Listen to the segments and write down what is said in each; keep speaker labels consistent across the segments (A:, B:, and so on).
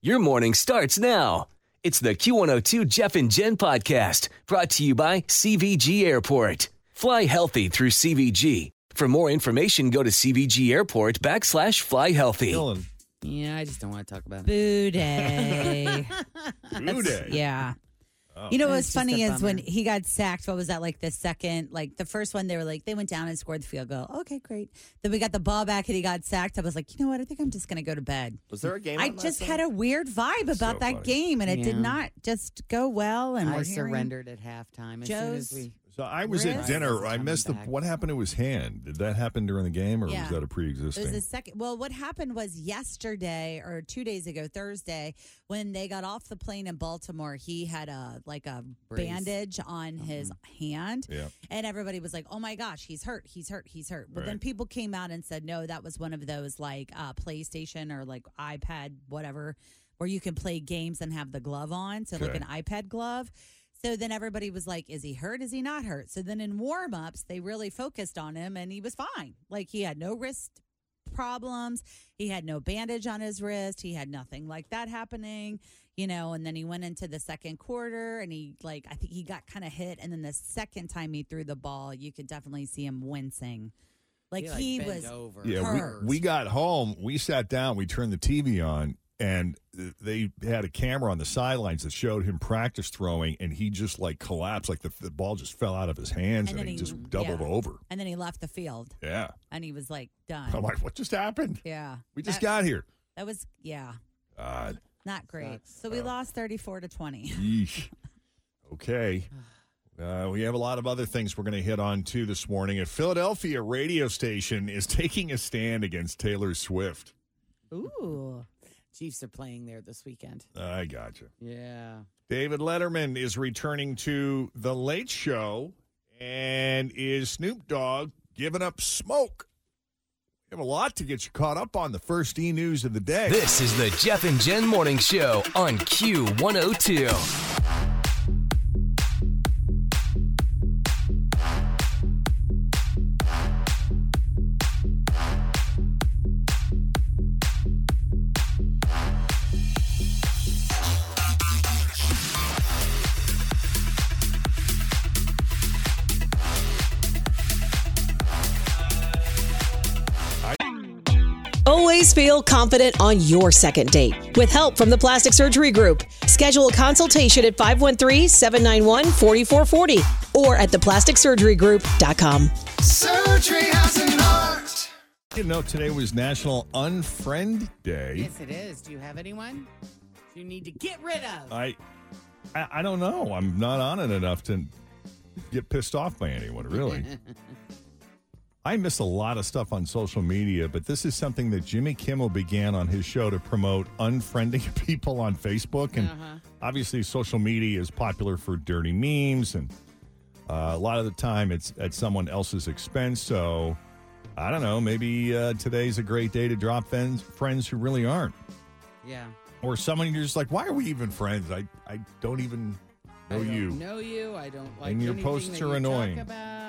A: Your morning starts now. It's the Q102 Jeff and Jen podcast brought to you by CVG Airport. Fly healthy through CVG. For more information, go to CVG Airport backslash fly healthy.
B: Dylan.
C: Yeah, I just don't want to talk about it.
D: Boo day. That's- Yeah. You know what's
C: That's Oh. just
D: funny
C: a
D: is when
C: bummer.
D: he got sacked, what was that like the second, like the first one, they were like, they went down and scored the field goal. Okay, great. Then we got the ball back and he got sacked. I was like, you know what? I think I'm just going to go to bed.
B: Was there a game?
D: I just had a weird vibe about that
B: funny.
D: game and it did
C: Yeah.
D: not just go well. And
C: I
D: we're hearing-
C: surrendered at halftime as
D: Joe's-
C: soon as we.
B: So I was at
D: Wrist
B: dinner.
C: is
B: I
C: coming
B: missed the.
C: back.
E: What happened to his hand? Did that happen during the game, or was
D: Yeah.
E: that a
D: It was
E: pre-existing?
D: the second. Well, what happened was yesterday or two days ago, Thursday, when they got off the plane in Baltimore, he had a like a
C: Brace.
D: bandage on his
B: Mm-hmm.
D: hand,
E: Yeah.
D: and everybody was like, "Oh my gosh, he's hurt! He's hurt! He's hurt!" But then
E: Right.
D: people came out and said, "No, that was one of those like uh, PlayStation or like iPad, whatever, where you can play games and have the glove on, so like
E: Okay.
D: an iPad glove." So then everybody was like, is he hurt? Is he not hurt? So then in warm ups, they really focused on him and he was fine. Like he had no wrist problems. He had no bandage on his wrist. He had nothing like that happening, you know. And then he went into the second quarter and he, like, I think he got kind of hit. And then the second time he threw the ball, you could definitely see him wincing. Like
C: like,
D: he
C: bent
D: was,
C: over.
E: yeah,
D: hurt.
E: we, we got home. We sat down. We turned the TV on, and th- they had a camera on the sidelines that showed him practice throwing, and he just like collapsed, like the, the ball just fell out of his hands, and,
D: And then
E: he,
D: he-
E: just doubled
D: yeah.
E: over.
D: and then he left the field
E: Yeah,
D: and he was like, done.
E: I'm like, what just happened?
D: yeah.
E: Oh We just
D: that,
E: got here.
D: That was, yeah,
E: God,
D: not great.
C: Sucks.
D: So we lost 34 to 20.
E: yeesh. Okay. Uh, we have a lot of other things we're going to hit on too this morning. A Philadelphia radio station is taking a stand against Taylor Swift.
C: Ooh. Chiefs are playing there this weekend.
E: Uh, I gotcha.
C: Yeah.
E: David Letterman is returning to The Late Show, and is Snoop Dogg giving up smoke? We have a lot to get you caught up on the first e news of the day.
A: This is the Jeff and Jen Morning Show on Q102.
F: Always feel confident on your second date with help from the Plastic Surgery Group. Schedule a consultation at 513 791 4440 or at theplasticsurgerygroup.com.
E: You know, today was National Unfriend Day.
C: Yes, it is. Do you have anyone you need to get rid of?
E: I, I, I don't know. I'm not on it enough to get pissed off by anyone, really. I miss a lot of stuff on social media, but this is something that Jimmy Kimmel began on his show to promote unfriending people on Facebook. And obviously, social media is popular for dirty memes, and uh, a lot of the time it's at someone else's expense. So I don't know. Maybe uh, today's a great day to drop friends, friends who really aren't
C: yeah.
E: or someone you're just like, why are we even friends? I I don't even know
C: I don't
E: you.
C: Know you. I don't like
E: And your
C: anything
E: posts
C: that
E: are
C: you talk
E: annoying.
C: about.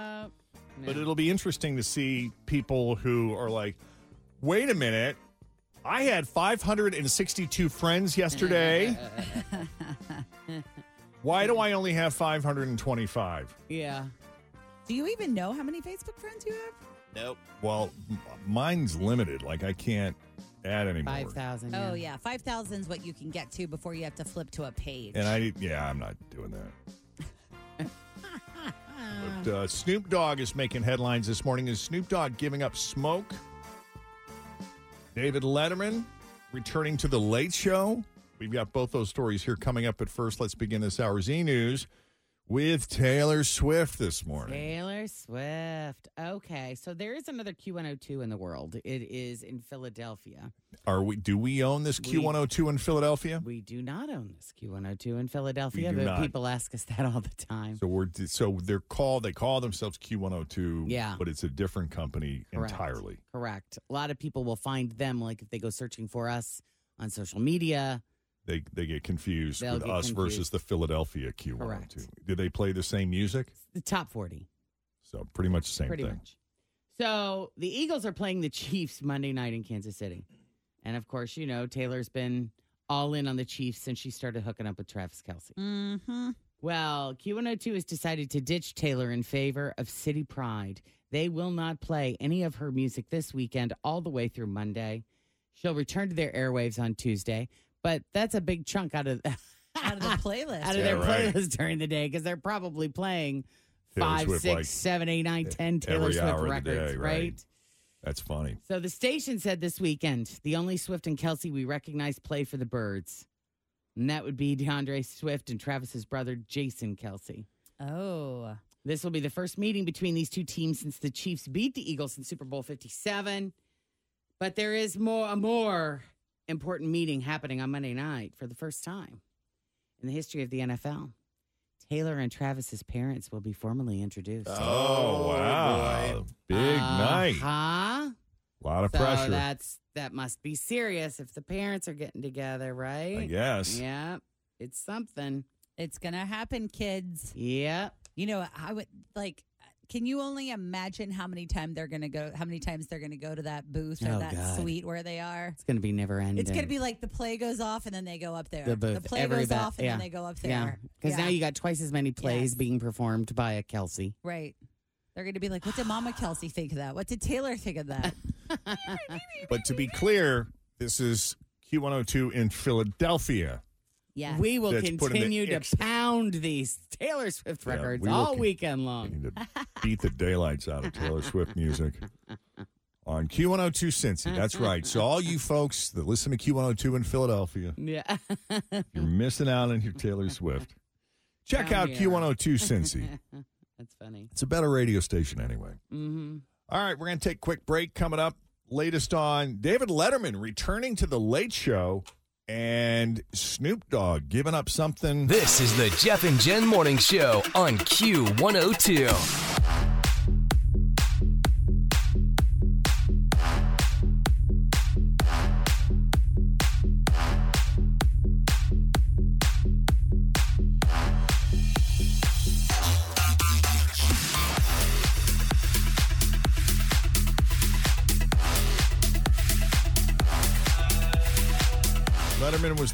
C: No.
E: But it'll be interesting to see people who are like, wait a minute, I had 562 friends yesterday. why do I only have 525?
C: Yeah.
D: Do you even know how many Facebook friends you have?
B: Nope.
E: Well, m- mine's limited. Like I can't add anymore.
C: Five thousand.
D: Oh yeah, five thousand is what you can get to before you have to flip to a page.
E: And I, yeah, I'm not doing that. But uh, Snoop Dogg is making headlines this morning. Is Snoop Dogg giving up smoke? David Letterman returning to the Late Show. We've got both those stories here coming up. But first, let's begin this hour's E News with Taylor Swift this morning.
C: Taylor Swift. Okay, so there is another Q102 in the world. It is in Philadelphia.
E: Are we? Do we own this
C: We-
E: Q102 in Philadelphia?
C: We do not own this Q102 in Philadelphia,
E: do
C: but
E: not.
C: people ask us that all the time.
E: So we're so they're called they call themselves Q102.
C: Yeah.
E: but it's a different company
C: Correct.
E: entirely.
C: Correct. A lot of people will find them like if they go searching for us on social media.
E: They they get confused
C: They'll
E: with
C: get
E: us versus
C: confused.
E: the Philadelphia Q102.
C: Correct.
E: Do they play the same music?
C: It's the top 40.
E: So pretty much the same
C: pretty
E: thing.
C: much. So the Eagles are playing the Chiefs Monday night in Kansas City. And of course, you know, Taylor's been all in on the Chiefs since she started hooking up with Travis Kelsey.
D: mm-hmm.
C: Well, Q102 has decided to ditch Taylor in favor of City Pride. They will not play any of her music this weekend all the way through Monday. She'll return to their airwaves on Tuesday, but that's a big chunk out of
D: Out of the playlist.
C: out of
E: Yeah,
C: their
E: right.
C: playlist during the day because they're probably playing
E: Taylor
C: five,
E: Swift, like, e-,
C: six, seven, eight, nine, ten
E: every
C: Taylor Swift
E: hour of the
C: records,
E: day, right.
C: right?
E: That's funny.
C: So the station said this weekend the only Swift and Kelsey we recognize play for the Birds, and that would be DeAndre Swift and Travis's brother Jason Kelsey.
D: oh,
C: This will be the first meeting between these two teams since the Chiefs beat the Eagles in Super Bowl 57. But there is more a more important meeting happening on Monday night for the first time in the history of the NFL. Taylor and Travis's parents will be formally introduced.
E: Oh, wow. Big night.
C: Huh?
E: A lot of
C: Uh-huh. So
E: pressure.
C: that's that must be serious if the parents are getting together, right?
E: I guess.
C: Yeah. It's something.
D: it's gonna happen, kids.
C: Yep.
D: You know, I would like. Can you only imagine how many times they're gonna go? How many times they're gonna go to that booth or
C: Oh,
D: that
C: God.
D: suite where they are?
C: It's gonna be never ending.
D: It's gonna be like the play goes off and then they go up there.
C: The booth,
D: play
C: every
D: goes
C: ba-
D: off and then
C: yeah.
D: they go up
C: Yeah,
D: there.
C: because now
D: Yeah.
C: you got twice as many plays
D: Yes.
C: being performed by a Kelsey.
D: right. They're gonna be like, what did Mama Kelsey think of that? What did Taylor think of that?
E: But to be clear, this is Q102 in Philadelphia.
D: Yeah.
C: We will
E: That's putting the
C: continue to
E: extra-
C: pound these Taylor Swift
E: Yeah,
C: records
E: we will
C: all
E: con- Mm-hmm.
C: weekend
E: We
C: long.
E: need to beat the daylights out of Taylor Swift music on Q102 Cincy. That's right. So, all you folks that listen to Q102 in Philadelphia,
C: Yeah,
E: you're missing out on your Taylor Swift. Check
C: Down
E: out
C: here.
E: Q102 Cincy.
C: that's funny.
E: It's a better radio station anyway.
C: hmm
E: All right, we're going to take a quick break coming up. Latest on David Letterman returning to The Late Show and Snoop Dogg giving up something.
A: This is the Jeff and Jen Morning Show on Q102.
E: Letterman was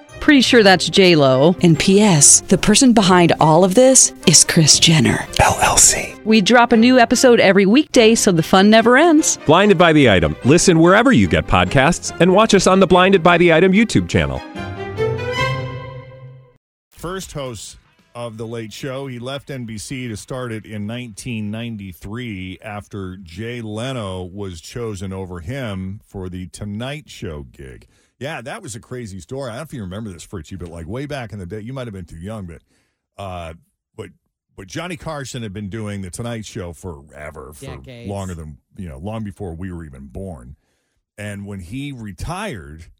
G: Pretty sure that's J Lo.
H: And P.S. The person behind all of this is Chris Jenner.
I: LLC.
G: We drop a new episode every weekday, so the fun never ends.
I: Blinded by the item. Listen wherever you get podcasts, and watch us on the Blinded by the Item YouTube channel.
E: first host of The Late Show. He left NBC to start it in 1993 after Jay Leno was chosen over him for the Tonight Show gig. Yeah, that was a crazy story. I don't know if you remember this, Fritchie, but like way back in the day, you might have been too young, but uh, but but Johnny Carson had been doing the Tonight Show forever, for
C: Decades.
E: longer than you know, long before we were even born. And when he retired,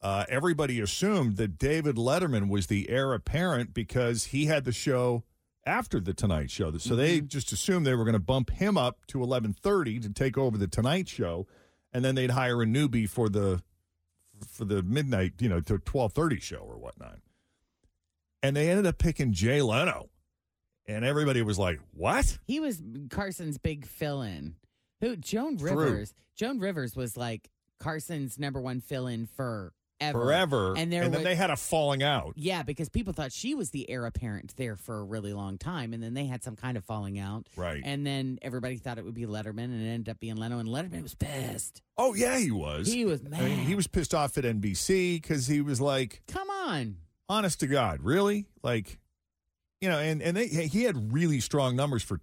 E: uh, everybody assumed that David Letterman was the heir apparent because he had the show after the Tonight Show. So they
C: Mm-hmm.
E: just assumed they were going to bump him up to eleven thirty to take over the Tonight Show, and then they'd hire a newbie for the for the midnight, you know, to twelve thirty show or whatnot. And they ended up picking Jay Leno And everybody was like, what?
C: He was Carson's big fill-in. Who Joan
E: True.
C: Rivers? Joan Rivers was like Carson's number one fill-in forever.
E: Forever.
C: And there
E: and then
C: was,
E: they had a falling out.
C: yeah, because people thought she was the heir apparent there for a really long time, and then they had some kind of falling out.
E: Right.
C: And then everybody thought it would be Letterman, and it ended up being Leno. And Letterman was pissed.
E: oh, yeah, he was.
C: He was mad.
E: I mean, he was pissed off at NBC because he was like,
C: Come on.
E: honest to God, really? Like, you know, and, and they, he had really strong numbers for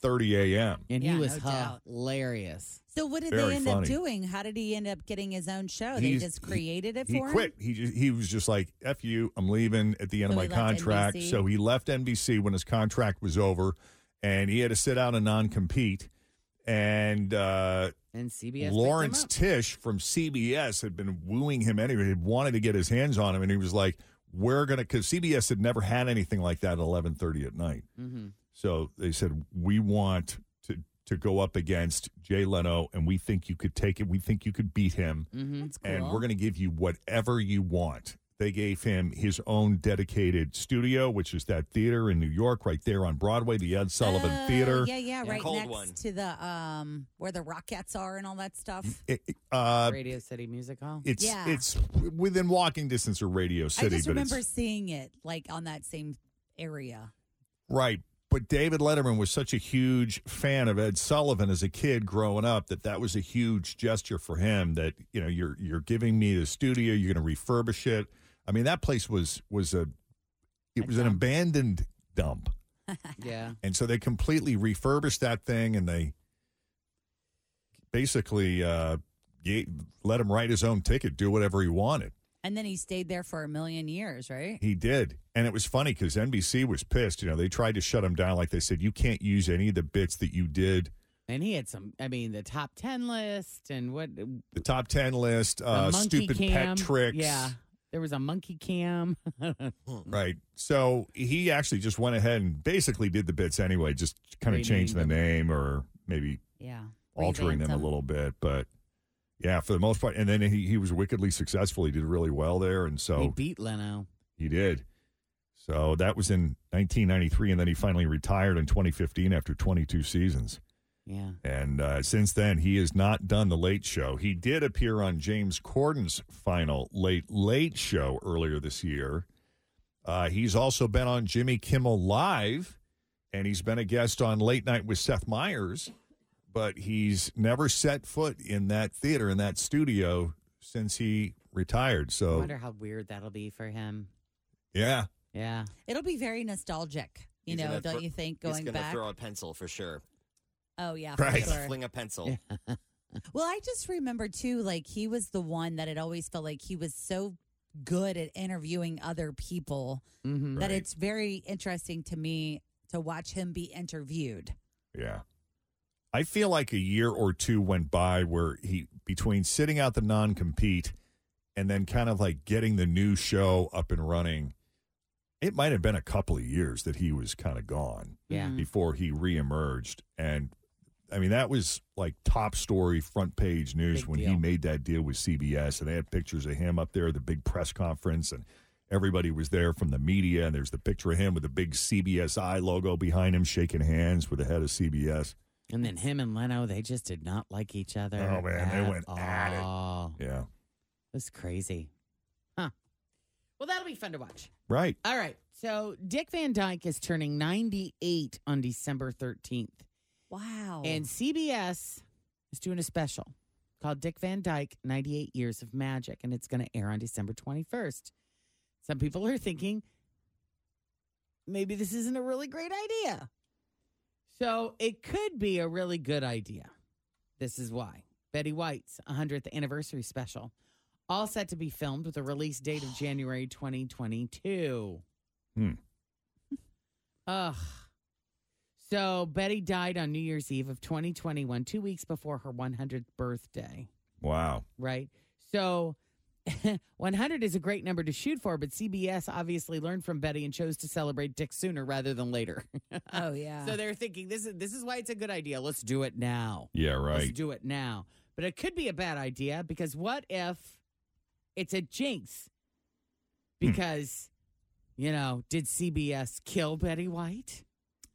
E: 1230 a.m.
C: And
D: Yeah,
C: he was
D: no doubt.
C: hilarious.
D: So what did
E: Very
D: they end up
E: funny.
D: doing? How did he end up getting his own show? Oh, they
E: He's-
D: just created it
E: he
D: for
E: quit.
D: him.
E: He just, he was just like, "F you, I'm leaving at the end
D: So
E: of
D: he
E: my
D: left
E: contract."
D: NBC?
E: So he left NBC when his contract was over, and he had to sit out a non compete. And uh,
C: And CBS. picked him
E: Lawrence
C: up.
E: Tish from CBS had been wooing him anyway. He wanted to get his hands on him, and he was like, "We're gonna," because CBS had never had anything like that at eleven thirty at night.
C: Mm-hmm.
E: So they said, "We want to to go up against Jay Leno, and we think you could take it. We think you could beat him."
C: Mm-hmm.
D: That's cool.
E: and we're going to give you whatever you want. They gave him his own dedicated studio, which is that theater in New York, right there on Broadway, the Ed Sullivan
C: Uh,
D: Oh,
E: Theater.
D: Yeah, yeah,
A: Yeah.
D: right
A: Cold
D: next
A: one.
D: to the um where the Rockettes are and all that stuff.
E: It- it- uh,
C: Radio City Music Hall.
E: it's
D: Yeah.
E: it's within walking distance of Radio City,
D: I just
E: but
D: remember
E: it's
D: seeing it like on that same area.
E: right. But David Letterman was such a huge fan of Ed Sullivan as a kid growing up that that was a huge gesture for him. That you know, you're you're giving me the studio, you're going to refurbish it. I mean, that place was was a it
C: A
E: was an
C: dump.
E: abandoned dump.
C: yeah.
E: And so they completely refurbished that thing and they basically uh, ga- let him write his own ticket, do whatever he wanted.
D: And then he stayed there for a million years, right?
E: He did. And it was funny because NBC was pissed. You know, they tried to shut him down. Like they said, you can't use any of the bits that you did.
C: And he had some. I mean, the top ten list and what
E: The top 10 list,
C: the
E: uh,
C: monkey
E: stupid
C: cam.
E: pet tricks.
C: Yeah, there was a monkey cam.
E: Right. So he actually just went ahead and basically did the bits anyway, just kind of
C: Renamed
E: changed the
C: them.
E: name or maybe
D: Yeah.
E: altering
D: Revamped
E: them a little bit, but yeah, for the most part. And then he, he was wickedly successful. He did really well there, and so
C: He beat Leno.
E: he did. So that was in 1993, and then he finally retired in 2015 after 22 seasons.
C: Yeah.
E: And uh, since then, he has not done the Late Show. He did appear on James Corden's final Late Late Show earlier this year. Uh, he's also been on Jimmy Kimmel Live, and he's been a guest on Late Night with Seth Meyers. But he's never set foot in that theater in that studio since he retired.
C: I
E: So
C: wonder how weird that'll be for him.
E: yeah,
C: Yeah.
D: It'll be very nostalgic, you
A: He's
D: know,
A: gonna
D: don't
A: thro-
D: you think,
A: He's
D: going
A: gonna
D: back?
A: throw a pencil for sure.
D: oh, yeah. For
E: Right.
D: sure.
A: Fling a pencil.
D: Well, I just remember too, like he was the one that it always felt like he was so good at interviewing other people
C: Mm-hmm.
D: that
E: Right.
D: it's very interesting to me to watch him be interviewed.
E: yeah. I feel like a year or two went by where he between sitting out the non compete and then kind of like getting the new show up and running. It might have been a couple of years that he was kind of gone
C: Yeah.
E: before he reemerged. And I mean, that was like top story front page news
C: Big
E: when he
C: deal.
E: made that deal with CBS. And they had pictures of him up there, at the big press conference, and everybody was there from the media. And there's the picture of him with the big CBSI logo behind him, shaking hands with the head of CBS.
C: And then him and Leno, they just did not like each other.
E: Oh, man, they
C: at
E: went at it.
C: all. it.
E: Yeah.
C: was crazy. Huh. Well, that'll be fun to watch.
E: Right.
C: All right. So Dick Van Dyke is turning 98 on December 13th.
D: Wow.
C: And CBS is doing a special called Dick Van Dyke 98 Years of Magic, and it's going to air on December 21st. Some people are thinking maybe this isn't a really great idea. So it could be a really good idea. This is why Betty White's 100th anniversary special, all set to be filmed with a release date of January 2022.
E: Hmm.
C: Ugh. So Betty died on New Year's Eve of 2021, two weeks before her 100th birthday,
E: Wow.
C: right? So 100 is a great number to shoot for, but CBS obviously learned from Betty and chose to celebrate Dick sooner rather than later.
D: oh, yeah.
C: so they're thinking this is this is why it's a good idea. Let's do it now.
E: Yeah,
C: Let's
E: right.
C: do it now. But it could be a bad idea because what if it's a jinx? Because, you know, did CBS kill Betty White?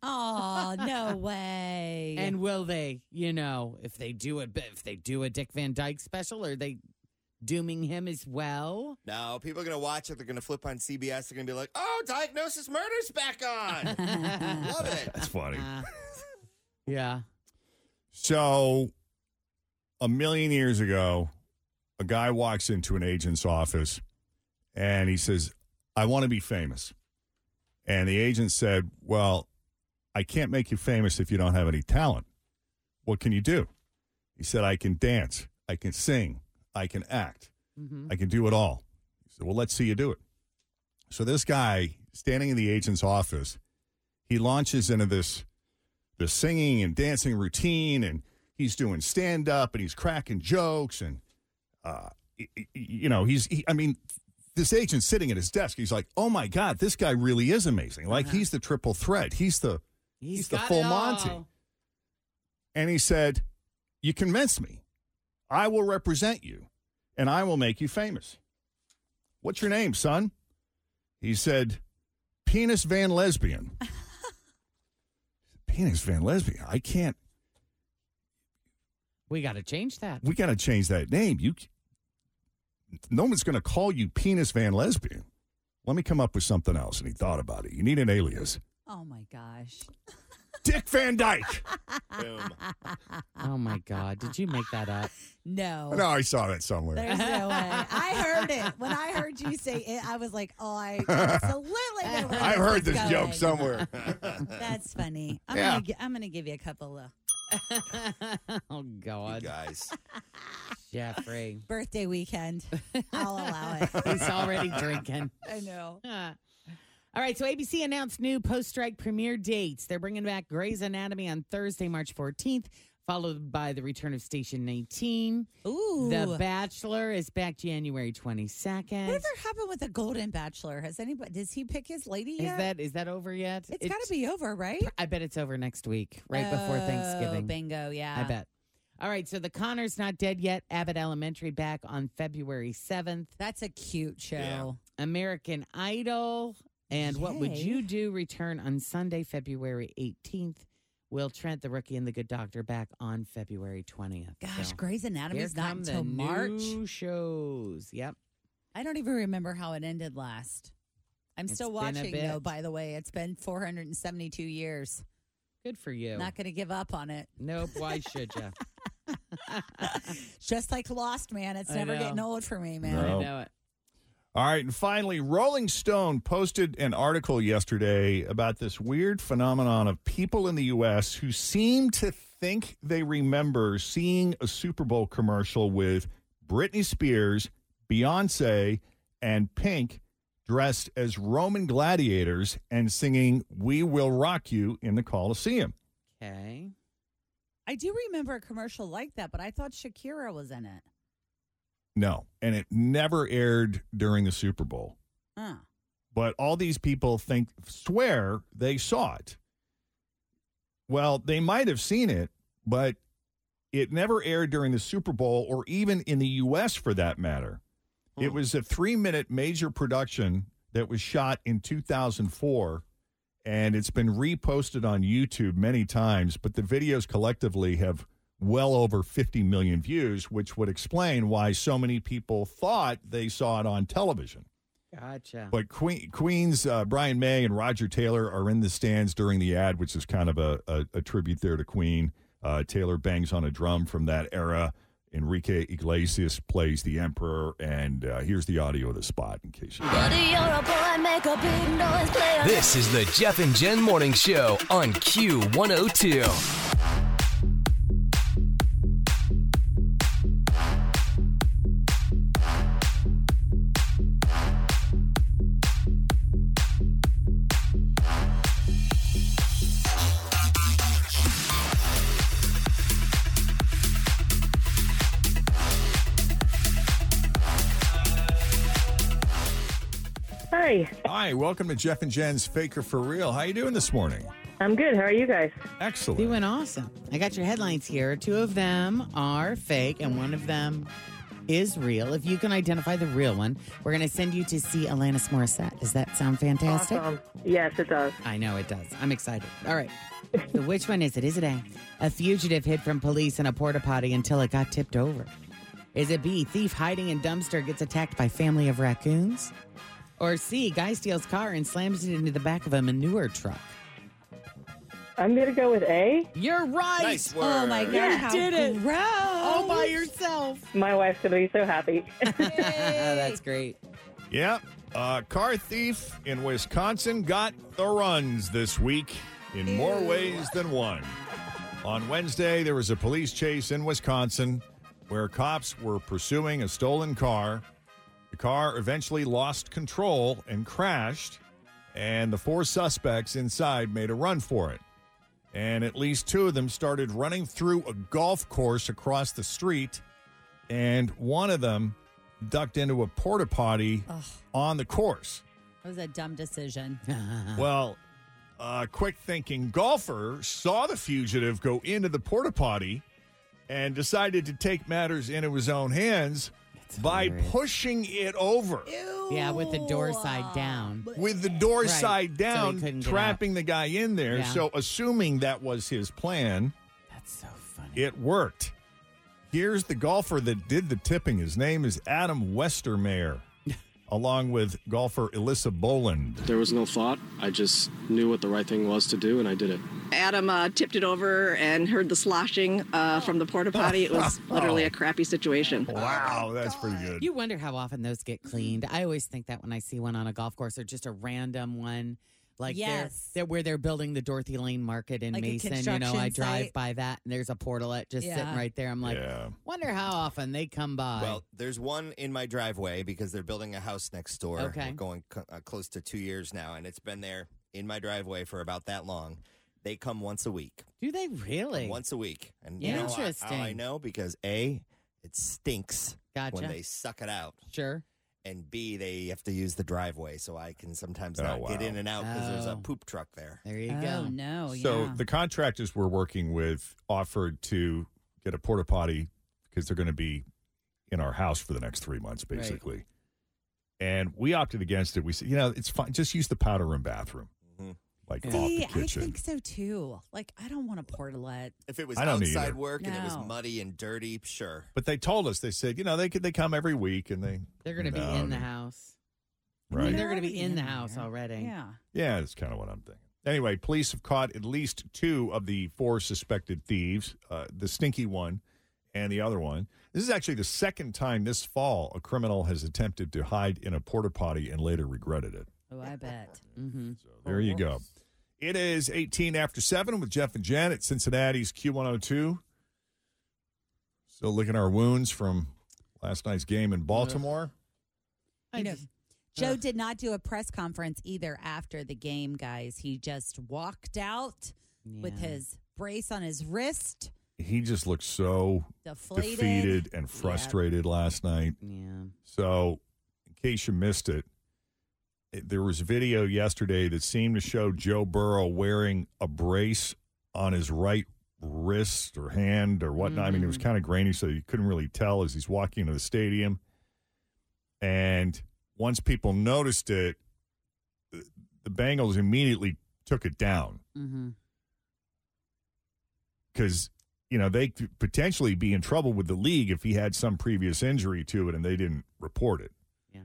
D: Oh, no way.
C: And will they, you know, if they do it, if they do a Dick Van Dyke special, are they dooming him as well?
B: No, people are going to watch it. They're going to flip on CBS. They're going to be like, oh, Diagnosis Murder's back on. Love it.
E: That's funny.
C: Uh, Yeah.
E: So, a million years ago, a guy walks into an agent's office and he says, I want to be famous. And the agent said, Well, I can't make you famous if you don't have any talent. What can you do? He said, I can dance, I can sing, I can act, I can do it all. He said, Well, let's see you do it. So, this guy standing in the agent's office, he launches into this the singing and dancing routine and he's doing stand up and he's cracking jokes and uh y- y- you know he's he, i mean this agent's sitting at his desk he's like oh my god this guy really is amazing like he's the triple threat he's the he's, the
C: got
E: full
C: it
E: monty
C: all.
E: and he said you convinced me i will represent you and i will make you famous what's your name son he said penis van lesbian penis van lesbian i can't
C: We got to change that.
E: we got to change that name. You, no one's going to call you Penis Van Lesbian. Let me come up with something else. And he thought about it. You need an alias.
D: Oh, my gosh.
E: Dick Van Dyke.
B: Boom.
C: Oh my God! Did you make that up?
D: No.
E: no, I saw that somewhere.
D: There's no way. I heard it. When I heard you say it, I was like, oh, I absolutely know where
E: I've heard
D: is
E: this joke
D: going.
E: somewhere.
D: That's funny. I'm
E: Yeah.
D: gonna gi- I'm going to give you a couple of
C: oh
B: You
C: God,
B: guys.
C: Jeffrey,
D: birthday weekend. I'll allow it.
C: he's already drinking.
D: I know.
C: All right, so ABC announced new post strike premiere dates. They're bringing back Grey's Anatomy on Thursday, March 14th, followed by the return of Station 19.
D: Ooh.
C: The Bachelor is back January
D: Whatever
C: 22nd.
D: happened with the Golden Bachelor? Has anybody? Does he pick his lady
C: Is
D: yet?
C: that is that over yet?
D: it's got to be over, right?
C: I bet it's over next week, right before
D: Oh,
C: Thanksgiving.
D: Bingo. Yeah.
C: I bet. All right, so The Connor's Not Dead Yet, Abbott Elementary back on February 7th.
D: That's a cute show.
B: Yeah.
C: American Idol and What Would
D: Yay.
C: You Do return on Sunday, February 18th. Will Trent, the rookie, and the good doctor back on February 20th.
D: Gosh,
C: So,
D: Grey's
C: here
D: Anatomy's not
C: come
D: until
C: the
D: March.
C: New shows. Yep.
D: I don't even remember how it ended last. I'm
C: It's
D: still
C: been a
D: watching
C: bit.
D: though. By the way, it's been 472 years.
C: Good for you.
D: Not going to give up on it.
C: nope. Why should you?
D: Just like Lost, man. It's
C: I
D: never
C: know.
D: getting old for me, man.
E: No.
C: I know it.
E: All right. And finally, Rolling Stone posted an article yesterday about this weird phenomenon of people in the U.S. who seem to think they remember seeing a Super Bowl commercial with Britney Spears, Beyonce, and Pink dressed as Roman gladiators and singing We Will Rock You in the Coliseum.
C: Okay.
D: I do remember a commercial like that, but I thought Shakira was in it.
E: No. And it never aired during the Super Bowl.
D: Huh.
E: but all these people think swear they saw it. Well, they might have seen it, but it never aired during the Super Bowl or even in the US for that matter. It was a 3-minute major production that was shot in 2004 and it's been reposted on YouTube many times, but the videos collectively have well over 50 million views, which would explain why so many people thought they saw it on television.
C: Gotcha.
E: But Queen, Queen's uh, Brian May and Roger Taylor are in the stands during the ad, which is kind of a, a, a tribute there to Queen. Uh, Taylor bangs on a drum from that era. Enrique Iglesias plays the emperor, and uh, here's the audio of the spot in case you.
A: This is the Jeff and Jen Morning Show on Q102.
J: Hi,
E: Hi, welcome to Jeff and Jen's Faker for Real. How you doing this morning?
J: I'm good. How are you guys?
E: Excellent.
C: Doing awesome. I got your headlines here. Two of them are fake, and one of them is real. If you can identify the real one, we're going to send you to see Alanis Morissette. Does that sound fantastic?
J: Awesome. Yes, it does.
C: I know it does. I'm excited. All right. so which one is it? Is it A? A fugitive hid from police in a porta potty until it got tipped over. Is it B? Thief hiding in dumpster gets attacked by family of raccoons. Or C? Guy steals car and slams it into the back of a manure truck.
J: I'm gonna go with A.
C: You're right.
J: Nice
D: Oh my
J: work.
D: god!
J: Yeah.
D: how
C: Did it.
D: gross.
C: All by yourself.
J: My wife's gonna be so happy.
C: That's great.
E: Yep. Uh, car thief in Wisconsin got the runs this week in more ways than one. On Wednesday, there was a police chase in Wisconsin where cops were pursuing a stolen car. The car eventually lost control and crashed, and the four suspects inside made a run for it. And at least two of them started running through a golf course across the street, and one of them ducked into a porta potty on the course.
D: That was a dumb decision.
E: Well, uh, quick thinking golfer saw the fugitive go into the porta potty and decided to take matters into his own hands by pushing it over
C: Yeah, with the door side down.
E: with the door
C: Right, so
E: side
C: he
E: down,
C: couldn't get
E: trapping the guy in there.
C: Yeah.
E: So, assuming that was his plan,
C: That's so funny.
E: it worked. Here's the golfer that did the tipping. His name is Adam Westermeyer, along with golfer Alyssa Boland.
K: There was no thought. I just knew what the right thing was to do, and I did it.
L: Adam uh, tipped it over and heard the sloshing uh, from the porta potty. It was literally a crappy situation.
E: Wow, that's pretty good.
C: You wonder how often those get cleaned. I always think that when I see one on a golf course or just a random one. Like
D: Yes.
C: they're, they're where they're building the Dorothy Lane Market in
D: Like a
C: Mason. You know, I
D: construction
C: drive
D: site.
C: by that and there's a portalette just sitting
D: Yeah.
C: right there. I'm like,
E: Yeah.
C: wonder how often they come by.
B: Well, there's one in my driveway because they're building a house next door.
C: Okay.
B: We're going co- uh, close to two years now, and it's been there in my driveway for about that long. They come once a week.
C: Do they really?
B: Once a week. And you know how- How I
C: Interesting.
B: know because A, it stinks
C: Gotcha.
B: when they suck it out.
C: Sure.
B: And B, they have to use the driveway, so I can sometimes
E: Oh,
B: not get
E: wow.
B: in and out because there's a
C: Oh.
B: poop truck there.
C: There you
D: Oh
C: go.
D: no!
E: So
D: yeah.
E: the contractors we're working with offered to get a porta potty because they're going to be in our house for the next three months,
C: Right.
E: basically. And we opted against it. We said, you know, it's fine. Just use the powder room bathroom,
B: Mhm.
E: like off
D: See,
E: the
D: I
E: kitchen.
D: think so too. Like, I don't want a portalette.
B: If it was
E: I don't
B: outside
E: either.
B: work and it was
D: No.
B: muddy and dirty, sure.
E: but they told us they said, you know, they could they come every week and they
C: They're going to be
E: No,
C: in the
E: no.
C: house.
E: right.
C: They're going to be
D: already
C: in
D: in
C: the
D: there.
C: house already.
D: Yeah.
E: Yeah, that's kind of what I'm thinking. Anyway, police have caught at least two of the four suspected thieves uh, the stinky one and the other one. This is actually the second time this fall a criminal has attempted to hide in a porta potty and later regretted it.
D: Oh, I bet.
C: hmm
E: So there you go. It is 18 after 7 with Jeff and Jen at Cincinnati's Q102. Still licking our wounds from last night's game in Baltimore.
C: I
D: You know,
C: just-
D: Joe
C: Ugh.
D: did not do a press conference either after the game, guys. He just walked out with
C: Yeah.
D: his brace on his wrist,
E: He just looked so
D: deflated.
E: defeated and frustrated last night.
C: Yeah.
E: So, in case you missed it, it- there was video yesterday that seemed to show Joe Burrow wearing a brace on his right wrist or hand or whatnot. I mean, it was kind of grainy, so you couldn't really tell as he's walking into the stadium. And once people noticed it, th- the Bengals immediately took it down
C: Mm-hmm.
E: because you know they could potentially be in trouble with the league if he had some previous injury to it and they didn't report it.
C: Yeah.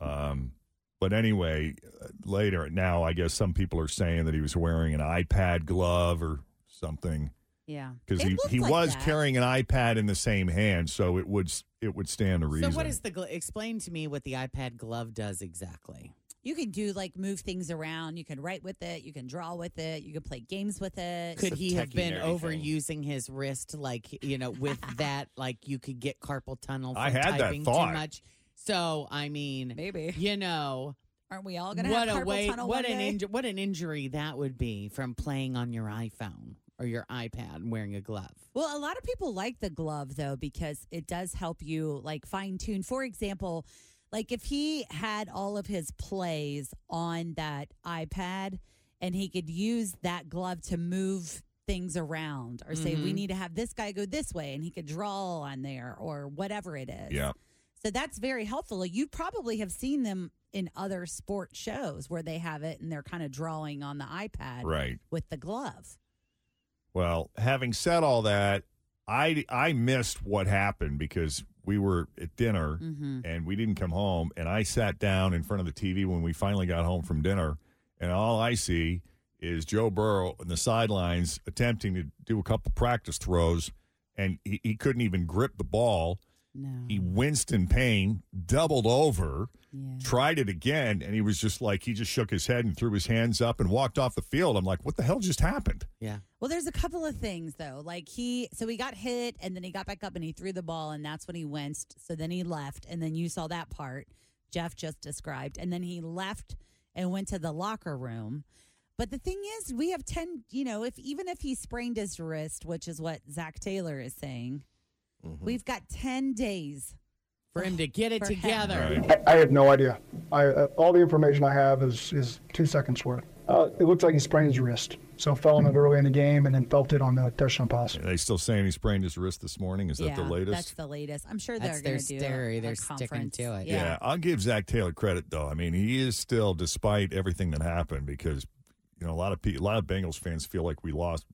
E: Um, but anyway, uh, later now, I guess some people are saying that he was wearing an iPad glove or something
D: Yeah.
E: because
D: It
E: he,
D: looked
E: he
D: like
E: was
D: that.
E: carrying an iPad in the same hand, so it would s- it would stand to reason.
C: So what is the gl- explain to me what the iPad glove does exactly?
D: You can do like move things around. You can write with it. You can draw with it. You can play games with it.
C: Could
B: a
C: he have been
B: techie-nerdy thing.
C: overusing his wrist, like you know, with that, like you could get carpal tunnel? From
E: I had that
C: typing
E: thought.
C: Too much. So I mean,
D: Maybe.
C: you know,
D: Aren't we all going to
C: what
D: have
C: a
D: carpal
C: way,
D: tunnel
C: what
D: one
C: an
D: day?
C: inju- what an injury that would be from playing on your iPhone or your iPad and wearing a glove.
D: Well, a lot of people like the glove though because it does help you like fine tune. For example, like if he had all of his plays on that iPad and he could use that glove to move things around or say, we
C: Mm-hmm.
M: Mhm.
D: need to have this guy go this way and he could draw on there or whatever it is.
E: Yeah.
D: So that's very helpful. You probably have seen them in other sport shows where they have it and they're kind of drawing on the iPad
E: Right.
D: with the glove.
E: Well, having said all that, I I missed what happened because we were at dinner
D: Mhm.
E: and we didn't come home and I sat down in front of the TV when we finally got home from dinner and all I see is Joe Burrow in the sidelines attempting to do a couple practice throws and he, he couldn't even grip the ball.
D: No.
E: He winced in pain, doubled over, tried it again, and he was just like he just shook his head and threw his hands up and walked off the field. I'm like, what the hell just happened?
C: Yeah.
D: Well, there's a couple of things though. Like he, so he got hit and then he got back up and he threw the ball and that's when he winced. So then he left and then you saw that part Jeff just described. And then he left and went to the locker room. But the thing is, we have 10, you know, if even if he sprained his wrist, which is what Zach Taylor is saying, we've got 10 days
C: for him to get it
D: for him.
C: together.
N: I, I have no idea. I, uh, all the information I have is, is two seconds worth. Uh, it looks like he sprained his wrist, so fell on it early in the game and then felt it on the touchdown pass.
E: Are they still saying he sprained his wrist this morning? Is that the
D: Yeah,
E: latest?
D: That's the latest. I'm sure
C: That's
D: they're
C: their
D: going to do
C: story.
D: a
C: They're sticking
D: conference.
C: to it.
E: yeah. I'll give Zach Taylor credit though. I mean, he is still, despite everything that happened, because you know a lot of pe- a lot of Bengals fans feel like we lost